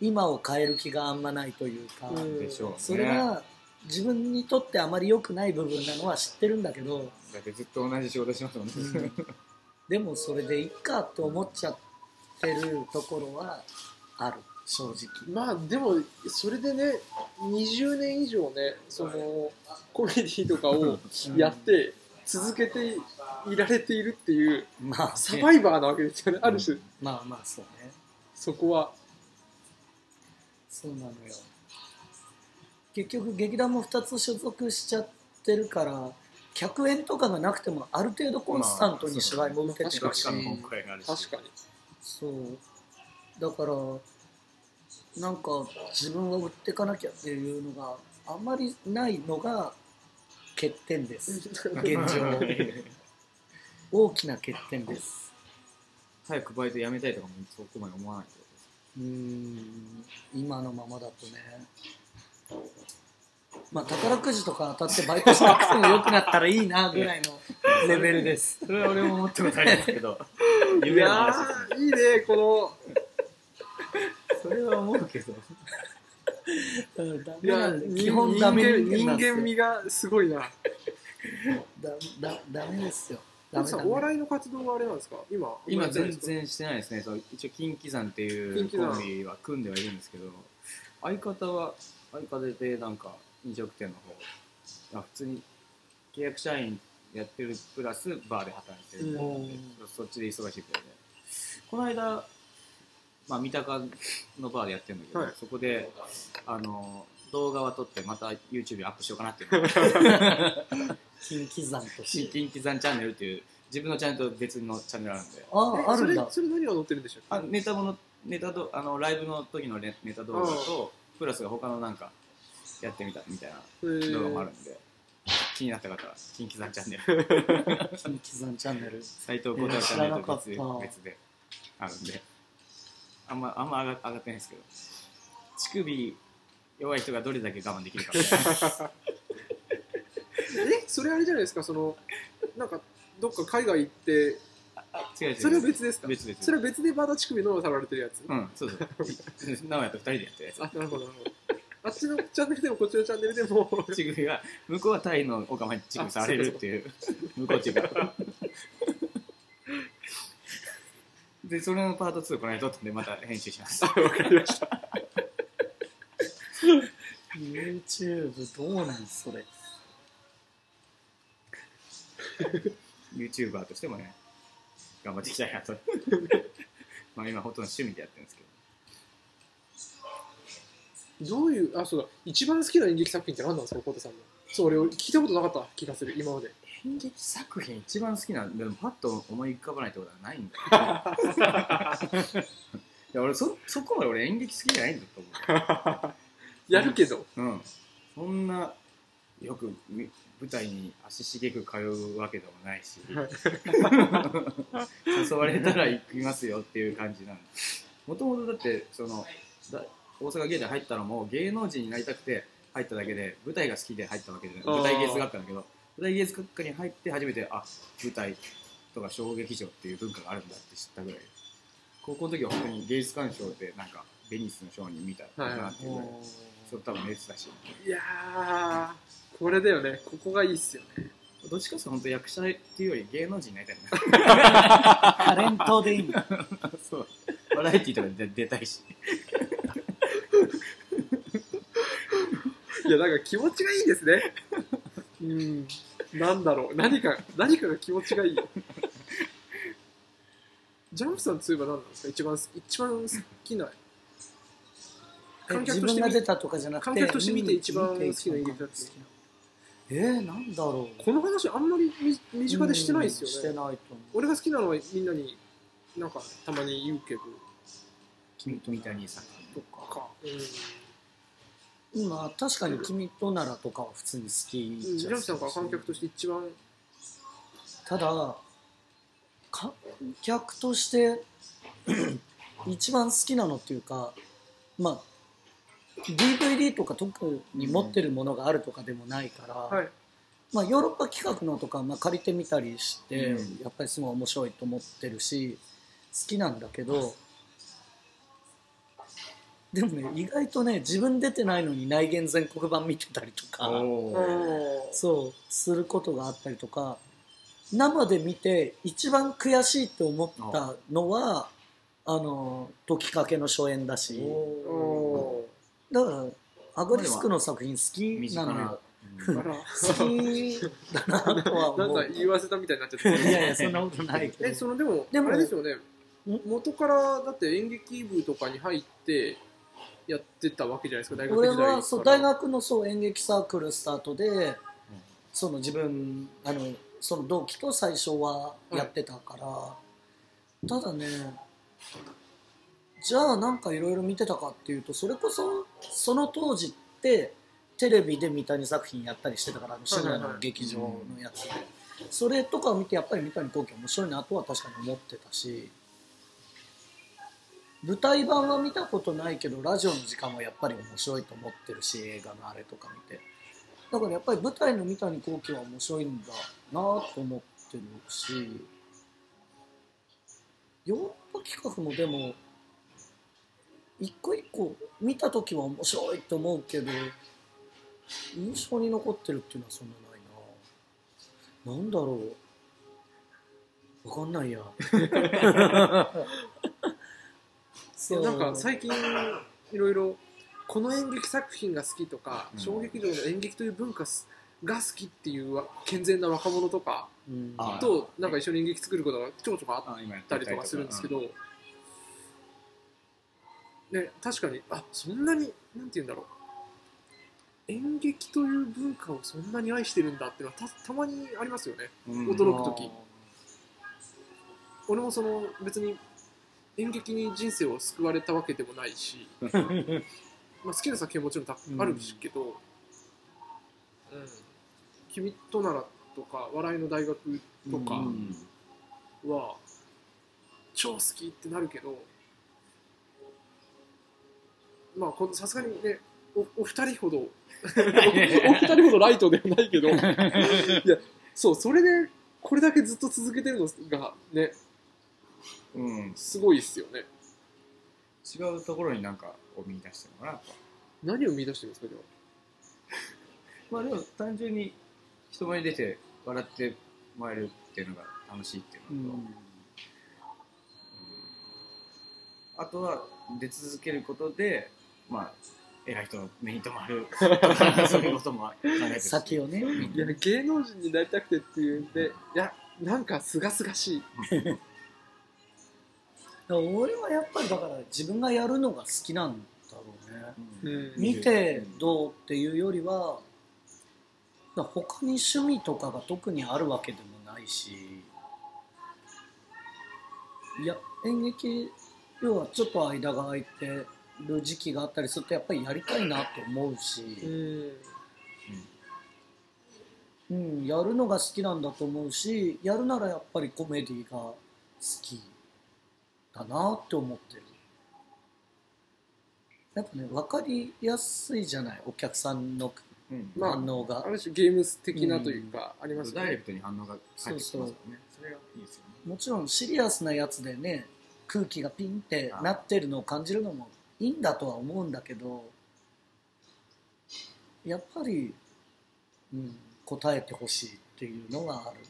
今を変える気があんまないというか、
うん
でしょうね
それが自分にとってあまり良くない部分なのは知ってるんだけど、
だってずっと同じ仕事してますもんね、
でもそれでいっかと思っちゃってるところはある正直
まあでも、それでね、20年以上ね、そのコメディとかをやって、続けていられているっていう、
まあ
サバイバーなわけですよね、ある種、
まあまあそうね
そこは。
そうなのよ結局劇団も2つ所属しちゃってるから客演とかがなくてもある程度コンスタントに芝居も受けて
し
し
か
る
も
か
し
し
かも今回があるし
確かに。
そうだからなんか自分は売ってかなきゃっていうのがあんまりないのが欠点です 現状 大きな欠点です
早くバイト辞めたいとかもそこまで思わないってこ
うーん今のままだとねまあ宝くじとか当たってバイトしなくても良くなったらいいなぐ らいのレベルです
とそれは俺も思ったことありますけ ど
い
夢の
や
話
ー、いいね、こ
それは思うけど
うんダ
の、い
メな
や、
んで
人
基本ダメ人
人間
間なんですよ
人間味がすごいな。
だだダメですよダ
奥
メ
さ
ダ
ん、お
メ
笑いの活動はあれなんですか今、
今
お笑い
全
ですか。
然してないですねそう一応金鬼山ってい
金
う
鬼
コ
山
ンビは組んではいるんですけど相方は相方でなんか飲食店の方あ普通に契約社員やってるプラスバーで働いてるみたいなんで
うん
そそっちで忙しいみたいでこの間、まあ、三鷹のバーでやってるんだけど、
はい
そこであの動画は撮ってまた YouTube にアップしようかなっていうのが
金刻山と
金
して
金鬼山チャンネルっていう自分のチャンネルと別のチャンネルあるんで
あああるんだ
えそれ、それ何が載ってるんでしょう
あネタものネタどあのライブの時のネネタ動画とプラスが他のなんかやってみたみたいな
えー
動画もあるんで、気になった方は「金刻んチャンネ ル
金刻山チャンネル」
斎藤幸太郎チャンネルと別
知らなかった
別であるんであんまあんま上が上がってないんですけど乳首弱い人がどれだけ我慢できるかみ たいな
えそれあれじゃないですかそのなんかどっか海外行って
あ違う違う
それは別ですか
別別
それは別でまだ乳首のを触られてるやつ、
うんそうそう 直哉と二人でやってるやつ
あなるほどなるほどあっちのチャンネルでもこっちのチャンネルでも
乳首は向こうはタイのオカマに乳首されるっていう向こう乳首でそれのパート2この間撮ったんでまた編集します
わかりました
YouTube どうなんそれ
YouTuber としてもね頑張っていきたい なとまあ今ほとんど趣味でやってるんですけ
どういうあそうだ一番好きな演劇作品って何なんですかコウタさんのそう俺聞いたことなかった気がする今 まで
ど演劇作品一番好きなんでもパッと思い浮かばないってことはないんだよね いや俺そそこまで俺演劇好きじゃないんだと思う
やるけど、
うん、そんなよくみ舞台に足しげく通うわけでもない し誘われたら行きますよっていう感じなんもともとだってそのだ大阪芸大入ったのも芸能人になりたくて入っただけで舞台が好きで入ったわけじゃない
あー
舞台芸術学科だけど舞台芸術学科に入って初めてあ舞台とか小劇場っていう文化があるんだって知ったぐらい高校の時は本当に芸術鑑賞でなんかベニスの商人見たのかなっていうぐらい、それ多分熱だし
いやーこれだよねここがいいっすよね
どっちかっていうと本当役者っていうより芸能人になりたいな
タレントでいい んだ
そうバラエティーとかで出たいし
いやなんか気持ちがいいです ねうんなんだろう何か何かが気持ちがいいジャンプさんといえば何なんですか一番好き一番好きな
え
観
自
客とし
分
て
が
見
出
て
たとかじゃなくて
観客として見て一番好きな
見て一番
演劇だった
好きなえー、なんだろう
この話あんまりみ身近でしてないです
うん
よ
して
ね、
ないと思う
俺が好きなのはみんなになんかたまに言うけど
君と三谷さん
とか、うん、
今確かに君とならとかは普通に好き
ジャンプさんが
が
観客として一番
ただ観客として 一番好きなのっていうかまあ DVD とか特に持ってるものがあるとかでもないから、
はい
まあ、ヨーロッパ企画のとか、まあ、借りてみたりして、
うん
やっぱりすごい面白いと思ってるし好きなんだけどでもね意外とね自分出てないのに内見全国版見てたりとか
おー
おー
そうすることがあったりとか生で見て一番悔しいって思ったのはあの時かけの初演だし
お
お
だからアガリスクの作品
ー
好
身
きな
近
の
な
よ。
う
ー
ん
あら
好きだ なとは
なん
思
か
う。
言わせたみたいになっちゃった
いやいや、そんなことないけ
え
ど。
そのでも
でも
あれですよね
ん
元からだって演劇部とかに入ってやってたわけじゃないですか大学時
俺
代から
はそう大学のそう演劇サークルスタートで、その自分あのその同期と最初はやってたから、ただねじゃあなんかいろいろ見てたかっていうとそれこそその当時ってテレビで三谷作品やったりしてたからあの深夜の劇場のやつで、それとかを見てやっぱり三谷幸喜面白いなとは確かに思ってたし舞台版は見たことないけどラジオの時間はやっぱり面白いと思ってるし映画のあれとか見てだからやっぱり舞台の三谷幸喜は面白いんだなと思ってるしヨーロッパ企画もでも一個一個見た時は面白いと思うけど印象に残ってるっていうのはそんなないななんだろうわかんないや
い
そ
や
う
なんか最近いろいろこの演劇作品が好きとか、
うん
小劇場の演劇という文化が好きっていうわ健全な若者とか
うん
あはい
となんか一緒に演劇作ることがちょこちょこあっ
あ今やったて
りとかするんですけ
う
ど、ね、確かにあそんなになんて言うんだろう演劇という文化をそんなに愛してるんだっていうのはたたまにありますよね
うん
驚く時俺もその別に演劇に人生を救われたわけでもない し、まあ、好きな作品はもちろんたあるんですけど、うん君とならとか笑いの大学と
う
か
ん
は超好きってなるけどまあこのさすがにねおお二人ほど お二人ほどライトではないけどいやそうそれでこれだけずっと続けてるのがね
うん
すごいっすよね
違うところになんかを見出してるのかなと
何を見出してるんですかでも
まあでも単純に人前に出て笑ってもらえるっていうのが楽しいっていううのと、
ん
あとは出続けることでまあ偉い人の目に留ま るとかそういうことも考えてるし
先をね
うん
いや芸能人になりたくてっていうんでいやなんかすがすがしい
俺はやっぱりだから自分がやるのが好きなんだろうね
うん
見てどうっていうよりはだから他に趣味とかが特にあるわけでもないしいや演劇要はちょっと間が空いてる時期があったりするとやっぱりやりたいなと思う
う
し、
ん
うん、やるのが好きなんだと思うしやるならやっぱりコメディが好きだなって思ってる。やっぱね分かりやすいじゃないお客さんの
うん
まあ
反応が
あ、る種ゲーム的なというか、ありますよ
ダイレ
ね
クトに反応が返ってきますからねそれがいいですよね
もちろんシリアスなやつでね空気がピンってなってるのを感じるのもいいんだとは思うんだけどやっぱり、うん、答えてほしいっていうのはある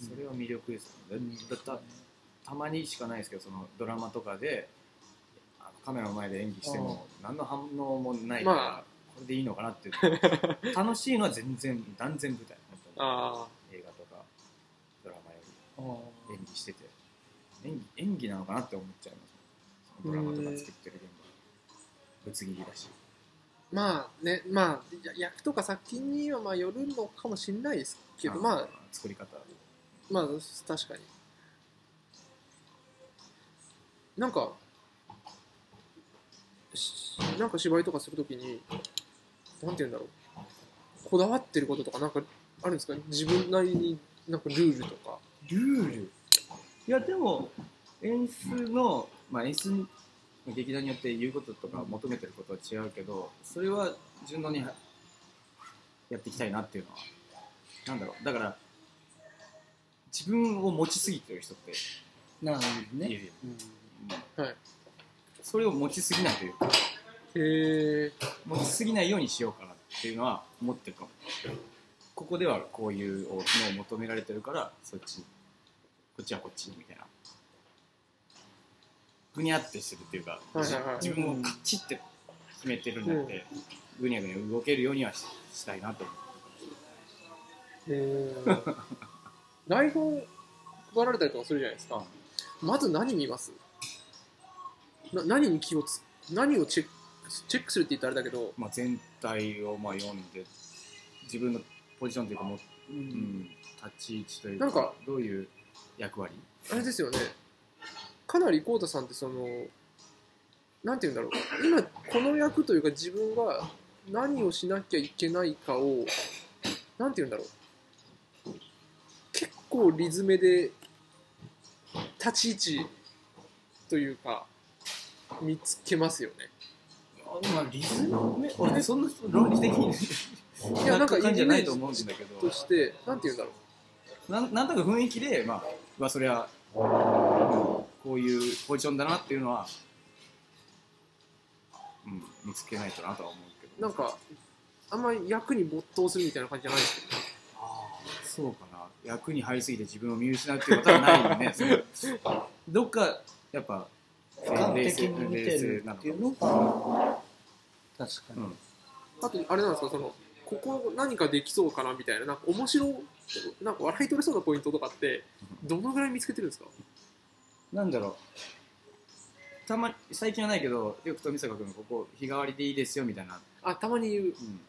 それは魅力ですよ
う
ね
ん
だたたまにしかないですけどそのドラマとかであのカメラの前で演技しても何の反応もないから、
まあ
これでいいのかなっていう 楽しいのは全然断然舞台本
あ
当に映画とかドラマより
あー
演技してて演技演技なのかなって思っちゃいますそのドラマとか作ってる現場ぶつ切りだし
ーまあねまあや役とか作品にはまあよるのかもしれないですけど
の
まあ
作り方
まあ確かになんかしなんか芝居とかするときになんて言うんだろうこだわってることとかなんかあるんですか自分なりになんかルールとか
ルールいやでも演出の、まあ、演出劇団によって言うこととか求めてることは違うけどそれは順応にやっていきたいなっていうのはなんだろうだから自分を持ちすぎてる人って
なるほど
い
ね、
るよ、
うん
うん
はい
それを持ちすぎないというか
へえ
持ちすぎないようにしようかなっていうのは思ってるかもここではこういうのを求められてるからそっちこっちはこっちにみたいなぐにゃってしてるっていうか、
はいはいはい
自分をカッチって決めてるんだって、ぐにゃぐにゃ動けるようにはししたいなと思
へー台本配られたりとかするじゃないですかまず何見ますな何に気をつ何をチェックチェックするって言ったらあれだけど
う、まあ、全体をまあ読んで自分のポジションというかもう、
う
うんん、立ち位置という
なんか
どういう役割
あれですよねかなり浩太さんってそのなんて言うんだろう今この役というか自分が何をしなきゃいけないかをなんて言うんだろう結構リズメで立ち位置というか見つけますよね
まあリズム俺そんな論理的に
いやなんか
感じじゃないと
イメ
思う
ー
ん
ジ
だけど
としてなんて言うんだろ
なんなんとか雰囲気で、まあ、うわそりゃ、うんこういうポジションだなっていうのは、うん、見つけないとなとは思うけ
う
ど。
なんかあんまり役に没頭するみたいな感じじゃないですけ
あーそうかな。役に入りすぎて自分を見失うっていうことはないよ ね。そのどっか、やっぱ、
俯瞰的に見てる
な
ってい
の
うのが確か
う
に、
ん。
どあとあれなんですかそのここ何かできそうかなみたいななんか面白なんか笑い取れそうなポイントとかってどのぐらい見つけてるんですか
なんだろう。たまに、最近はないけど、よく富坂君がここ日替わりでいいですよみたいな、
あたまに言う
うん、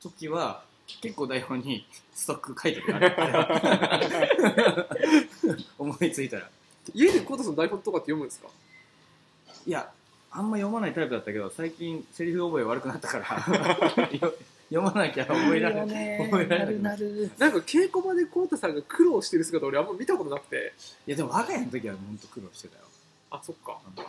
時は、結構台本にストック書いてるから、 思いついたら。
家でコートさん台本とかって読むんですか
いや、あんま読まないタイプだったけど、最近、セリフ覚え悪くなっ たから、よ読まなきゃ覚えられ
いいよ
ない。
ね
覚えられな
ないるなる
なんか稽古場でコートさんが苦労してる姿俺あんま見たことなくて
いや、でも我が家の時は本当苦労してたよ。
あそっかあああ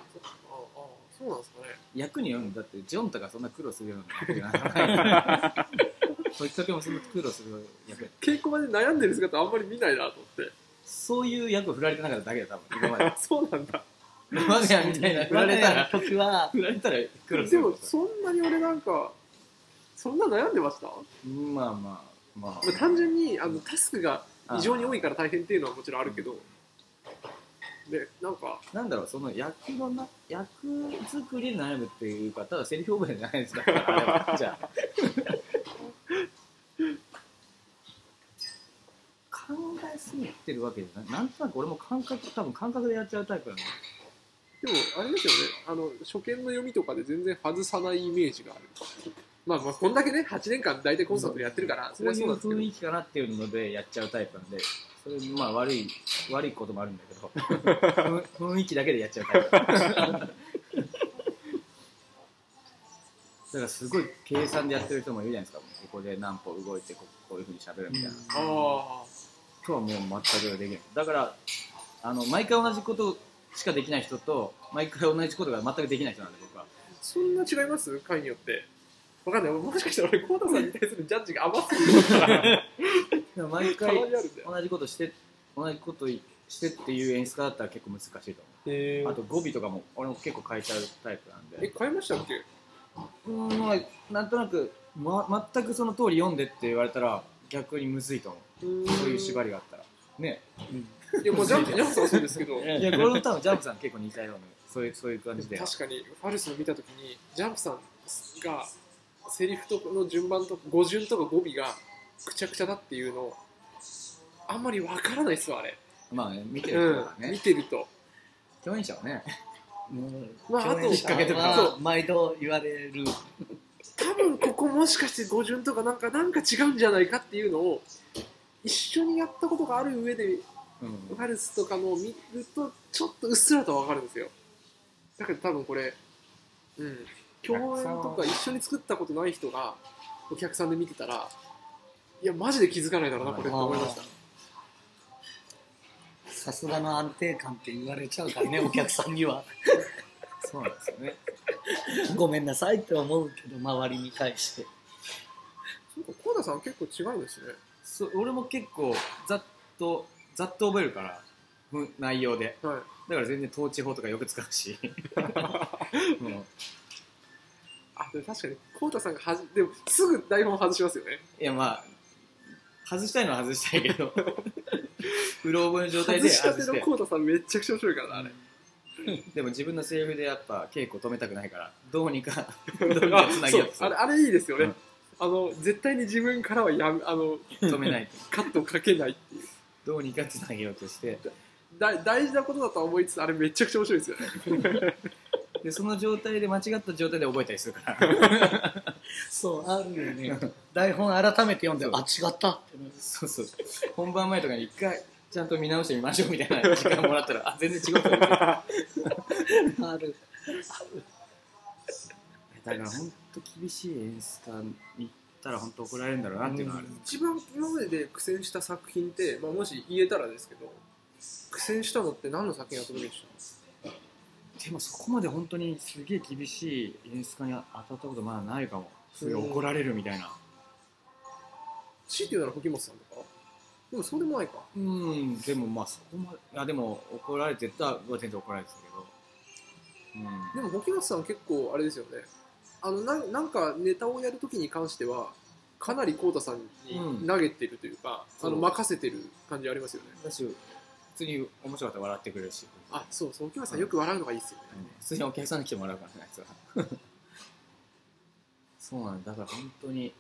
そうなんですかね
役によるんだって、ジョンとかそんな苦労するような役じゃない。時々もそんな苦労する役
稽古場で悩んでる姿あんまり見ないなと思って
そういう役を振られてなかっただけだ、多分、今 まで
あ。そうなんだ
我が家みたいな振られたら、
時は
振られたら苦労す
で
る
も。そんなに俺なんかそんな悩んでました
まあまあ、まあ。
単純にあのタスクが
あ
異常に多いから大変っていうのはもちろんあるけどでなんか
なんだろう、その役のな、役作りで悩むっていうか、ただセリフ覚えじゃないですか、あれはじ ゃあ。考えすぎてるわけじゃない。なんとなく俺も感覚、多分感覚でやっちゃうタイプなんで。
でもあれですよねあの初見の読みとかで全然外さないイメージがあるまあまあこんだけね8年間大体コンサートやってるからそれ
こう
はそ
いうう
なんですけ
雰
ど
囲気かなっていうのでやっちゃうタイプなんで、それ、まあ悪い、悪いこともあるんだけ ど、ふん雰囲気だけでやっちゃうタイプ。だからすごい計算でやってる人もいるじゃないですか、ここで何歩動いてこ、こういうふうに喋るみたいな。
ああ
とはもう全くできないだからあの毎回同じことしかできない人と毎回同じことが全くできない人なんで僕は
そんな違います回によってわかんないもしかしたら俺コウタさんに対するジャッジが甘すぎるから
でも毎
変
回
わりあるんだよ
同じことして同じことしてっていう演出家だったら結構難しいと思
へ
うあと語尾とかも俺も結構変えちゃうタイプなん
え
で
変えましたっけ
うんまあなんとなく、ま、全くその通り読んでって言われたら逆にむずいと思うそういう縛りがあったらね
いや、まあ、ジャンプ、ジャンプさんはそうですけど、
いやゴールドタウンジャンプさん結構似たようなそういうそういう感じで
確かに、ファルスを見たときに、ジャンプさんが、セリフとの順番とか、語順とか語尾が、くちゃくちゃだっていうのを、あんまりわからないっすわ、あれ。
まあね見てる人が
うん、見
ね
てると。
共演者はね
もう
まあ、あと
共演、
っ掛けてるから
そう毎度言われる
多分ここもしかして語順とかなんか、なんか違うんじゃないかっていうのを、一緒にやったことがある上で、
うん
ファルスとかのを見ると、ちょっとうっすらとわかるんですよ。だから多分これ、うん、共演とか一緒に作ったことない人が、お客さんで見てたら、いやマジで気づかないだろうなこれって思いました
さすがの安定感って言われちゃうからね、お客さんには。
そうなんですよね。
ごめんなさいって思うけど、周りに対して。
そうかコーダさんは結構違うんですね
そう俺も結構ざっとざっと覚えるからふん内容で
はい
だから全然統治法とかよく使う しも
あでも確かにコーダさんがはじでもすぐ台本外しますよね
ういやまあ外したいのは外したいけ どうろ覚えの状
外
態で
したて
外
の
して
コーダさんめっちゃくちゃ面白いからな あれ
でも自分のセリフでやっぱ稽古止めたくないからどうにかどうにかつなぎようとす
あれ
る
あれいいですよね、
うん
あの絶対に自分からはやめあの
止めないと
カットをかけないっていう
どうにかつなぎようとして
だ大事なことだとは思いつつあれめちゃくちゃ面白いですよね
でその状態で間違った状態で覚えたりするから
そう、あるよね。 台本改めて読んで、
そう
あ、違ったってなる
そうそう本番前とかに一回ちゃんと見直してみましょうみたいな時間もらったらあ全然違 うと思う
ある。
だから本当厳しい演出家に行ったら本当怒られるんだろうなっていうのはある、
一番今までで苦戦した作品って、まあ、もし言えたらですけど苦戦したのって何の作品やった時でした
でもそこまで本当にすげえ厳しい演出家に当たったことまだないかもそれ怒られるみたいな
強いて言うなら吹本さんとかでもそうでもないか
うん、でもまあそこまでいやでも怒られてたは全然怒られてたけどう
で
ん
も吹本さんは結構あれですよねあのなんなんかネタをやる時に関してはかなり浩太さん
う
に
ん
投げてるというか、あの
そう
任せてる感じありますよね
だし普通に面白かったら笑ってくれるし、
あそうそう吹本さんよく笑うのがいいですよね、
普通にお客さんに来てもらうからねあいつは そうなんだだから本当に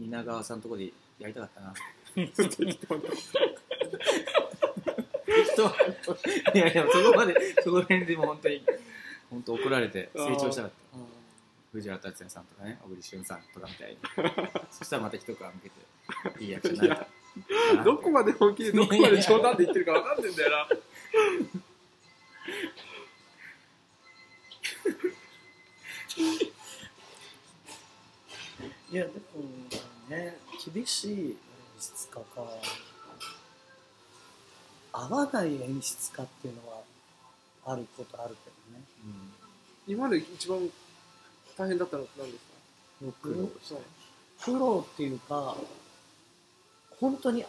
蜷川さんのとこでやりたかったな人いやいや、そこまで、そこら辺でも本当に、本当怒られて成長したかった。藤原達也さんとかね、小栗旬さんとかみたいに。そしたらまた一皮向けて、いい役者になれた。かな
どこまで本気でどこまで冗談で言ってるか分かんねえんだよな
いや、でもね、厳しい演出家か。合わない演出家っていうのは、あることあるけどね。
うん
今まで一番大変だったのって何ですか
僕苦労っていうか本当に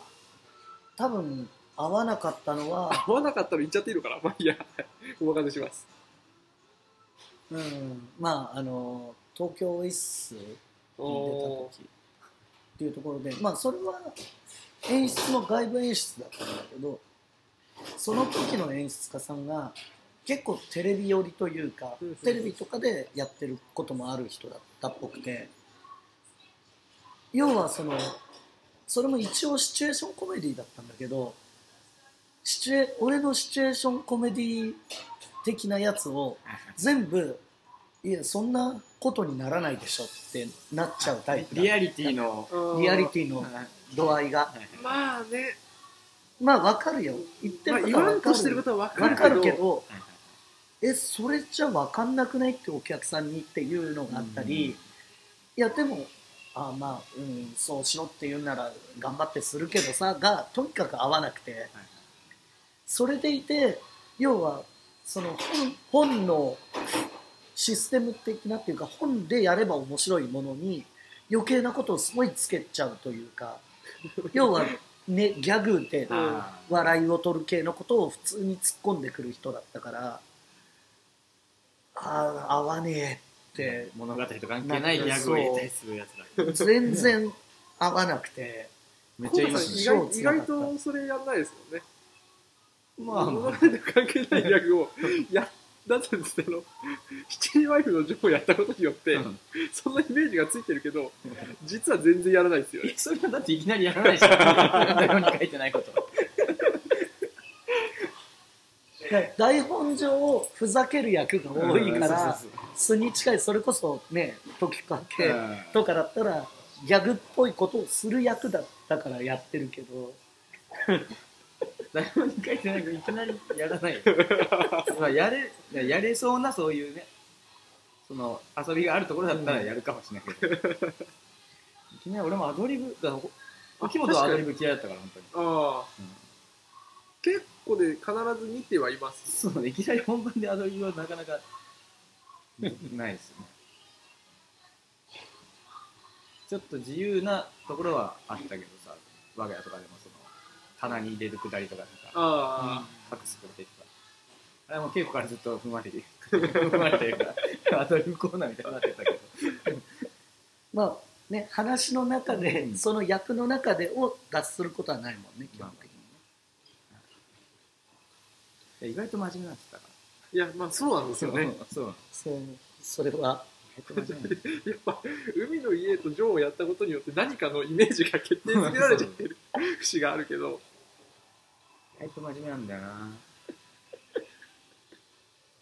多分合わなかったのは、
合わなかったら言っちゃっていいのかなま あいいやお任せします
うん、まああの東京一スに出た
お
時っていうところでまあそれは演出の外部演出だったんだけどその時の演出家さんが結構テレビ寄りというか
うんうん
テレビとかでやってることもある人だったっぽくて要はそのそれも一応シチュエーションコメディだったんだけどシチュエ俺のシチュエーションコメディ的なやつを全部いやそんなことにならないでしょってなっちゃうタイプだ
リアリティの、
ー
リアリティの度合いが
まあね、
まあわかるよ言って
まあ、言
ることは
わ
わ
ん
か
としてる
る
ことは分か
わ
る
か
けど
るけどえそれじゃわかんなくないってお客さんにっていうのがあったり、
うん
いやでもあまあ、うん、そうしろって言うなら頑張ってするけどさがとにかく合わなくてそれでいて要はその本本のシステム的なっていうか本でやれば面白いものに余計なことをすごいつけちゃうという か要は、ね、ギャグで
あー
笑いを取る系のことを普通に突っ込んでくる人だったからああ合わねえ
物語と関係ないギャグを言ったりするやつだ。
って全然合わなくて
めっちゃ
コ
い
ウ
ま
タさん
す
意
ね。
外意外とそれやんないですもんね
まあ
物
ま
語
あ
と関係ない役をやだってですけど七人ワイフの女王をやったことによって、
うん
そんなイメージがついてるけど実は全然やらないですよ
いや
ね
それはだっていきなりやらないじゃん。 台本に書いてないこと。
台本上ふざける役が多いか
うん
ら
そうそう
素に近いそれこそね時かけ
うん
とかだったらギャグっぽいことをする役だったからやってるけど
台本に書いてないからいきなりやらないよまあやれやれそうなそういうねその遊びがあるところだったらやるかもしれないけど、きなり俺もアドリブだから
あ
秋元はアドリブ嫌いだったから本当に
ああ、
うん
結構で必ず見てはいます
そうねいきなり本番でアドリブはなかなかないですよねちょっと自由なところはあったけどさ我が家とかでもその棚に入れるくだりとかなんか
あ
隠すことできたあれはもう稽古からずっと踏まれて踏まれてるからアドリブコーナーみたいになってたけど
まあね、話の中で、
うん
その役の中でを脱することはないもんね基本的にね、
いや意外と真面目なんですだか
あいやまあそうなんです
ら
よね
そうなん
そうそれは
意外と真面目なんです
やっぱ海の家とジョーをやったことによって何かのイメージが決定づけられちゃってる 節があるけど
意外と真面目なんだよな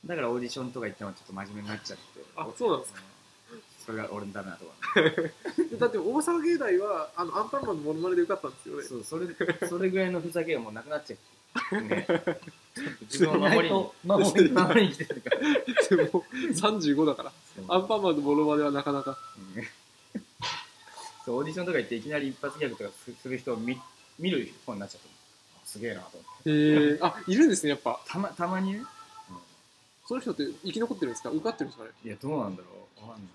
だからオーディションとか行ってもちょっと真面目になっちゃって
あそうなんです
かそれが俺のダメなとこ
でだって大阪芸大はあのアンパンマンのモノマネで受かったんです よね
そうそれそれぐらいのふざけがもうなくなっちゃう、ね、自分を守りに
守
守りに守りに来てるから
でも35だからアンパンマンのモノマネはなかなか
うんそうオーディションとか行っていきなり一発ギャグとかすする人を見見る方になっちゃったあすげえなと思って
へえあいるんですねやっぱ
たまたまにね、
その人って生き残ってるんですか受かってるんですかね
いやどうなんだろうわかんない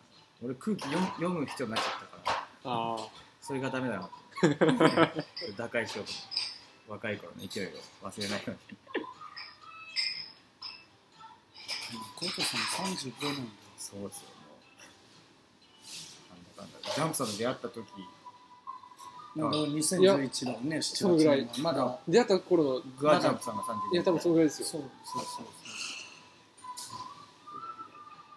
俺空気読む読む人になっちゃったから
ああ
それがダメだなと 打開しようと若い頃の勢いを忘れないように
コウタさん35年だ
そうですよもうなんだかんだジャンプさんと出会った時
もう2011だもんね7
そのぐらい
月まだ
出会った頃の
グアジャンプさんが30
いや多分そのぐらいですよ
そうそうそう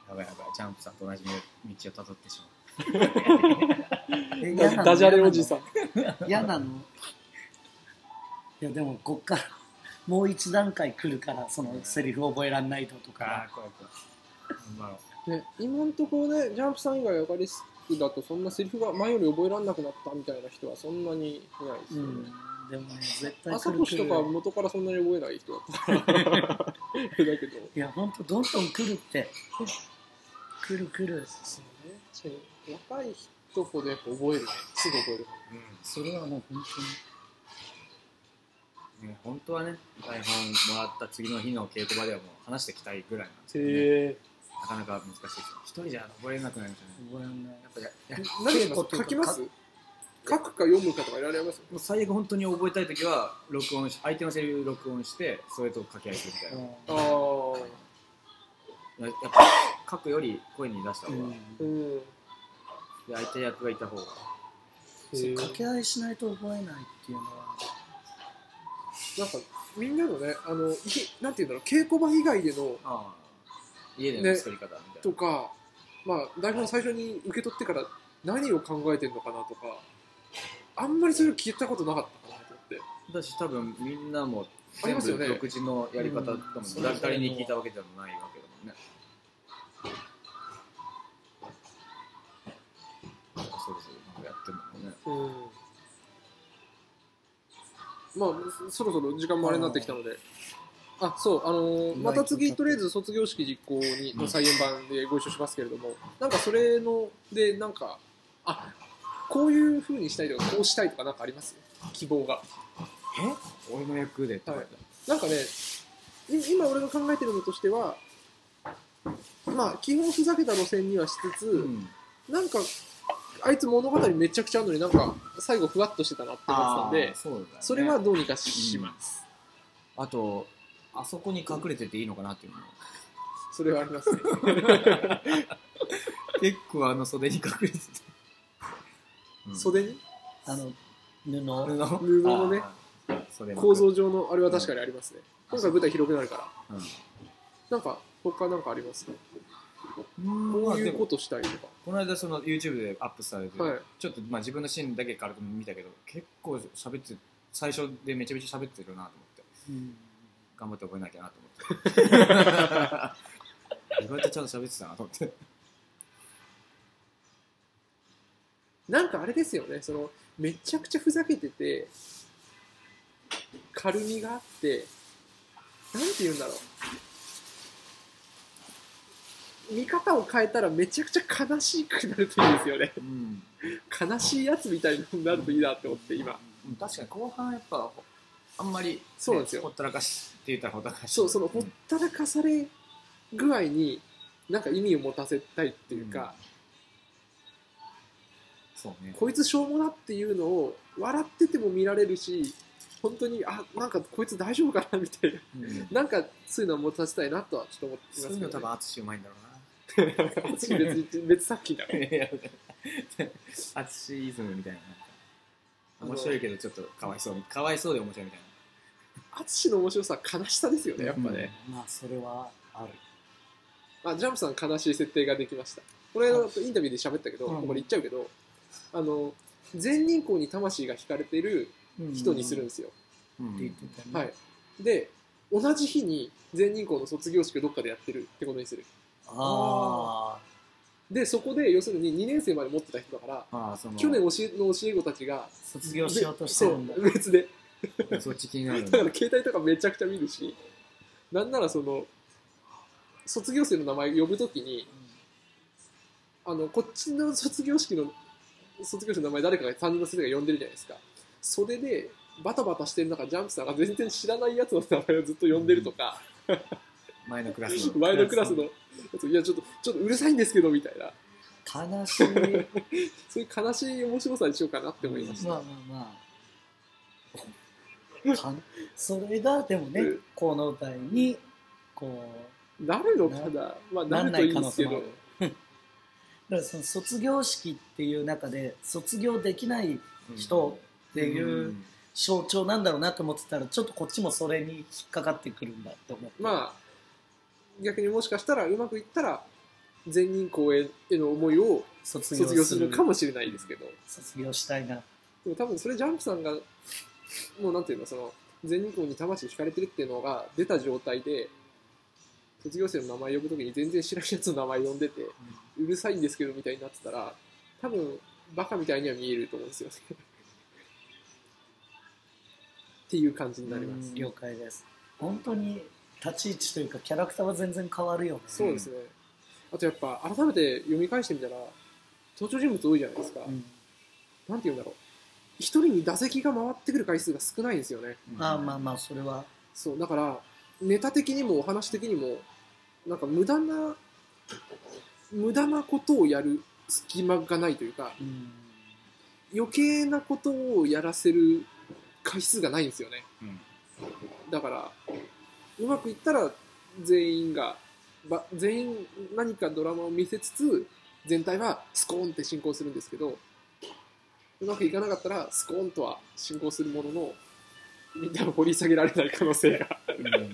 やばいやばいジャンプさんと同じ道をたどってしまう
そうえ嫌なの
ダジャレおじさん
嫌なのいやでもこっからもう一段階来るからそのセリフ覚えらんないととか
怖い怖い頑張ろう
ね、今のところね、ジャンプさん以外アカリスクだと、そんなセリフが前より覚えられなくなったみたいな人はそんなにいないで
う
すよ
ん
ね。
でもね絶対
朝
来
越
る
し
来
と
る
かは元からそんなに覚えない人だったから。 だけど、
いやほんとどんどん来るって来る来る
確かに若い人ほどやっぱ覚えるね。すぐ覚える。
それはもう本
うんね本当はね台本もらった次の日の稽古場ではもう話してきたいぐらいなんですけどね、
へ
なかなか難しいですよ一人じゃ覚えれなくなるんじゃ
当に覚えらんない
ないやっぱやや
え。何します書きます書くか読むかとかいられますよ
もう最悪本当に覚えたい時は録音し相手のセリフ録音してそれと掛け合いするみ
あ
たいな、
う
あ。
ややっぱ書くより声に出した方が、
ん
で
うん。
相手役がいた方が
そう
へえ
掛け合いしないと覚えないっていうのは
なんか、みんなのね、あの、いけなんていうんだろう、稽古場以外での
ああ家での作り方みたいな、
とか、まあ、台本最初に受け取ってから何を考えてるのかなとか、あんまりそれを聞いたことなかったかなと思って。
だし多分みんなも
あり
全
ますよ
部
ね
独自のやり方だもん、
うんそう
誰誰に聞いたわけでもないわけだもんねなんかそれぞれなんかやってんだもんね
まあ、そろそろ時間もあれになってきたので、あ、そう、あのーまた次、とりあえず卒業式実行にの再演版でご一緒しますけれども、なんかそれの、で、なんか、あ、こういう風にしたいとか、こうしたいとかなんかあります希望が。
え俺の役でとか、
はいなんかね、い今俺が考えてるのとしては、まあ、基本ふざけた路線にはしつつ、
うん
なんか、あいつ物語めちゃくちゃあるのになんか、最後ふわっとしてたなって思ってたんで、
そうだよね
それはどうにかします。
あと、あそこに隠れてていいのかなっていうのも。
それはありますね。
結構あの袖に隠れてて。
袖に
あの
布
布
布
のね。
あー袖の
構造上のあれは確かにありますね。今回舞台広くなるから。
うん
なんか、他なんかありますこ
うんまあ
うい
で
うこ
も
としたいとか。
この間その YouTube でアップされて
はい、
ちょっとまあ自分のシーンだけ軽く見たけど、結構喋って、最初でめちゃめちゃ喋ってるなと思って、
うん
頑張って覚えなきゃなと思 って。意外とちゃんと喋ってたなと思って。
なんかあれですよね、その、めちゃくちゃふざけてて、軽みがあって、なんて言うんだろう。見方を変えたらめちゃくちゃ悲しくなるといいですよね。
うん
悲しいやつみたいになるといいなって思って、今。
うん確かに後半やっぱあんまり、
そうなんですよ
ほったらかしって言ったらほったらかし
そう、そのほったらかされ具合に、なんか意味を持たせたいっていうか、
そうね
こいつしょうもなっていうのを笑ってても見られるし、本当に、あ、なんかこいつ大丈夫かなみたいな。
うん
なんかそういうのを持たせたいなとはちょっと思ってますけ
そ
ど、
う
ね。
いうの多分淳うまいんだろ
別に別に別作品だか
う
ら。
ないや淳イズムみたいななんか面白いけどちょっとかわいそうにかわいそうで面白いみたいな
淳の面白さは悲しさですよね、やっぱね。
まあそれはある
あジャンプさん悲しい設定ができましたこれのインタビューで喋ったけど、
うん
これ言っちゃうけどあの全人口に魂が惹かれてる人にするん
っ
ですよ、
うん
て言ってたね、
はいで同じ日に全人口の卒業式をどっかでやってるってことにする
あ
でそこで要するに2年生まで持ってた人だから
ああその
去年教えの教え子たちが
卒業しようとしてるんだ
そう別で
そっち気になるん
だ
だ
から携帯とかめちゃくちゃ見るしなんならその卒業生の名前呼ぶときにあのこっちの卒業式の卒業生の名前誰かが担任の先生が呼んでるじゃないですかそれでバタバタしてる中ジャンプさんが全然知らないやつの名前をずっと呼んでるとか、
前のクラスの
前のクラスのやついやちょっとちょっとうるさいんですけどみたいな
悲しい
そういう悲しい面白さにしようかなって思いました、
まあまあまあかんそれがでもね
うん
この歌にこ
なるのかなまあ
う
な
な
んる
な
とい
い
い
可
ん
能
ですけ
性も
ど
あるだからその卒業式っていう中で卒業できない人っていう象徴なんだろうなと思ってたらちょっとこっちもそれに引っかかってくるんだって思って
まあ逆にもしかしたらうまくいったら全人公への思いを
卒業
卒
す
業
る
するかもしれないですけど
卒業したいな
でも多分それジャンプさんがもうなんていうのその全日本に魂惹かれてるっていうのが出た状態で卒業生の名前呼ぶときに全然知らんやつの名前呼んでて、うるさいんですけどみたいになってたら多分バカみたいには見えると思うんですよ ねっていう感じになります、
うん了解です本当に立ち位置というかキャラクターは全然変わるよね
そうですねあとやっぱ改めて読み返してみたら登場人物多いじゃないですか、
うん
なんていうんだろう一人に打席が回ってくる回数が少ないんですよね
まあまあまあそれは
そうだからネタ的にもお話的にもなんか無駄な無駄なことをやる隙間がないというか
うん
余計なことをやらせる回数がないんですよね
うん
だからうまくいったら全員がば全員何かドラマを見せつつ全体はスコーンって進行するんですけどうまくいかなかったらスコーンとは進行するもののみんなを掘り下げられない可能性が
うん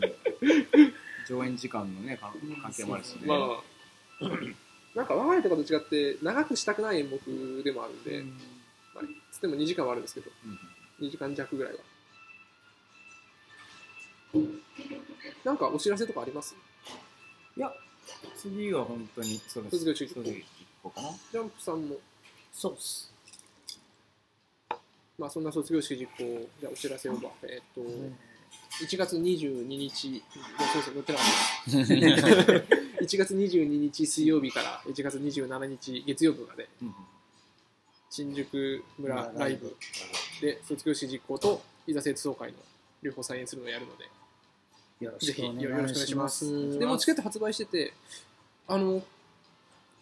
上演時間のね関関係もあるしね、
まあ、なんか我が家とかと違って長くしたくない演目でもあるんで、
うん
まあ、つっても2時間はあるんですけど
うん
2時間弱ぐらいはなんかお知らせとかあります
いや次は本当にそうです
卒業中
卒業行こうかな
ジャンプさんも、
そうっす
まあ、そんな卒業式実行じゃあお知らせをばえっと、
うん
1月22日、いやそうそう、載ってなかった。1月22日水曜日から1月27日月曜日まで、
うん
新宿村
村
ラ
ラ
イ
イ
ブ
ブ
で卒業式実行といざ生徒総会の両方再演するのをやるので、
よろ
ぜ
しく
ひ
お
よ
願
ろしくお願い
い
し
し
ま。
ますす
でもうチケット発売してて、あの、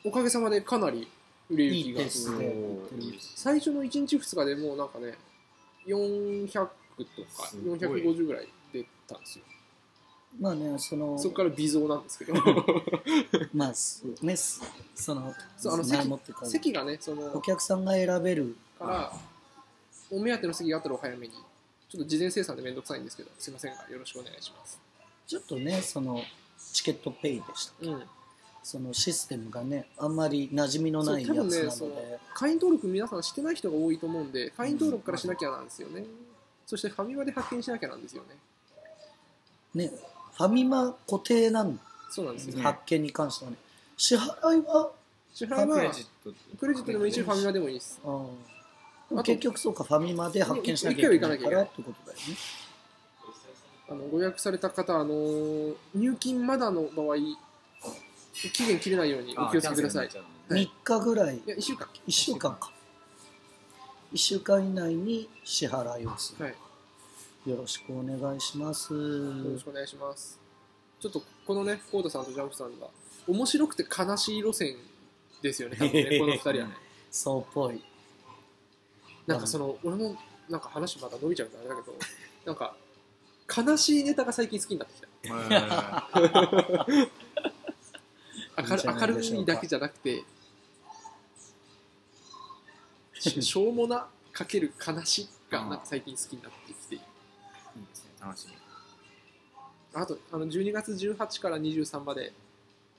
おかげさまでかなり売れ行
い
き
い
が。
ペースで売ってるんです
最初の1日2日でもうなんかね、400とか
すごい
450ぐらい出たんですよ。
まあねその
そこから微増なんですけど、
まあすねすその
そうあの
前
席
もってか
席がね、そ
お
の、
客さんが選べる
から、お目当ての席があったらお早めに。ちょっと事前生産でめんどくさいんですけど、すいませんが、よろしくお願いします。
ちょっとねそのチケットペイでした
うん。
そのシステムがねあんまり馴染みのないやつなので、
そう多分ね会員登録皆さんしてない人が多いと思うんで会員登録からしなきゃなんですよね、そしてファミマで発見しなきゃなんですよね
ねファミマ固定なん
そうなんですよ、
うん
発見に関してはね支払いは
支
まあ
払いは
ト
クレジットでも一応ファミマでもいいです
あーで
あと
も結局そうかファミマで発見しなきゃいけないからってことだよね
あのご予約された方あのー入金まだの場合期限切れないようにお気をつけください。
キャンセルになっちゃうのね
はい
3日ぐらい
いや、1週間。
1週間か1週間以内に支払いをする、
はい。
よろしくお願いします
よろしくお願いします。ちょっとこのね、コーダさんとジャンプさんが、面白くて悲しい路線ですよね、多分 ねこの2人はね。
そうっぽい
なんかその、俺もなんか話また伸びちゃうからあれだけど、なんか、悲しいネタが最近好きになってきた。
は
明る
いいん
明
じゃないでしょうか
るいだけじゃなくて、ししょうもなかける悲しがなんか最近好きになってきている。
いいいですね楽しみ
あと、あの12月18から23まで、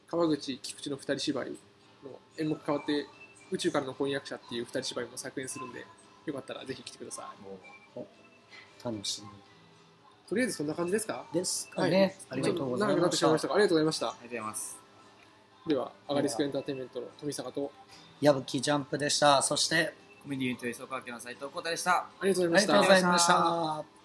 川口、菊池の二人芝居の演目変わって、宇宙からの婚約者っていう二人芝居も作演するんで、よかったらぜひ来てください。
楽し
とりあえずそんな感じですか
みですかね、ありがとうござい
ちょっ長くな
ま
って
し
しまい
た
ましたが、ありがとうございました
あ。りがとうございます
では、アガリスクエンターテインメントの富坂と、
矢吹ジャンプでしたそして
コメディユニット磯川家の斉藤浩太でした
ありがとうござい
あ
ま
り
し
が
た
とうご。ざいました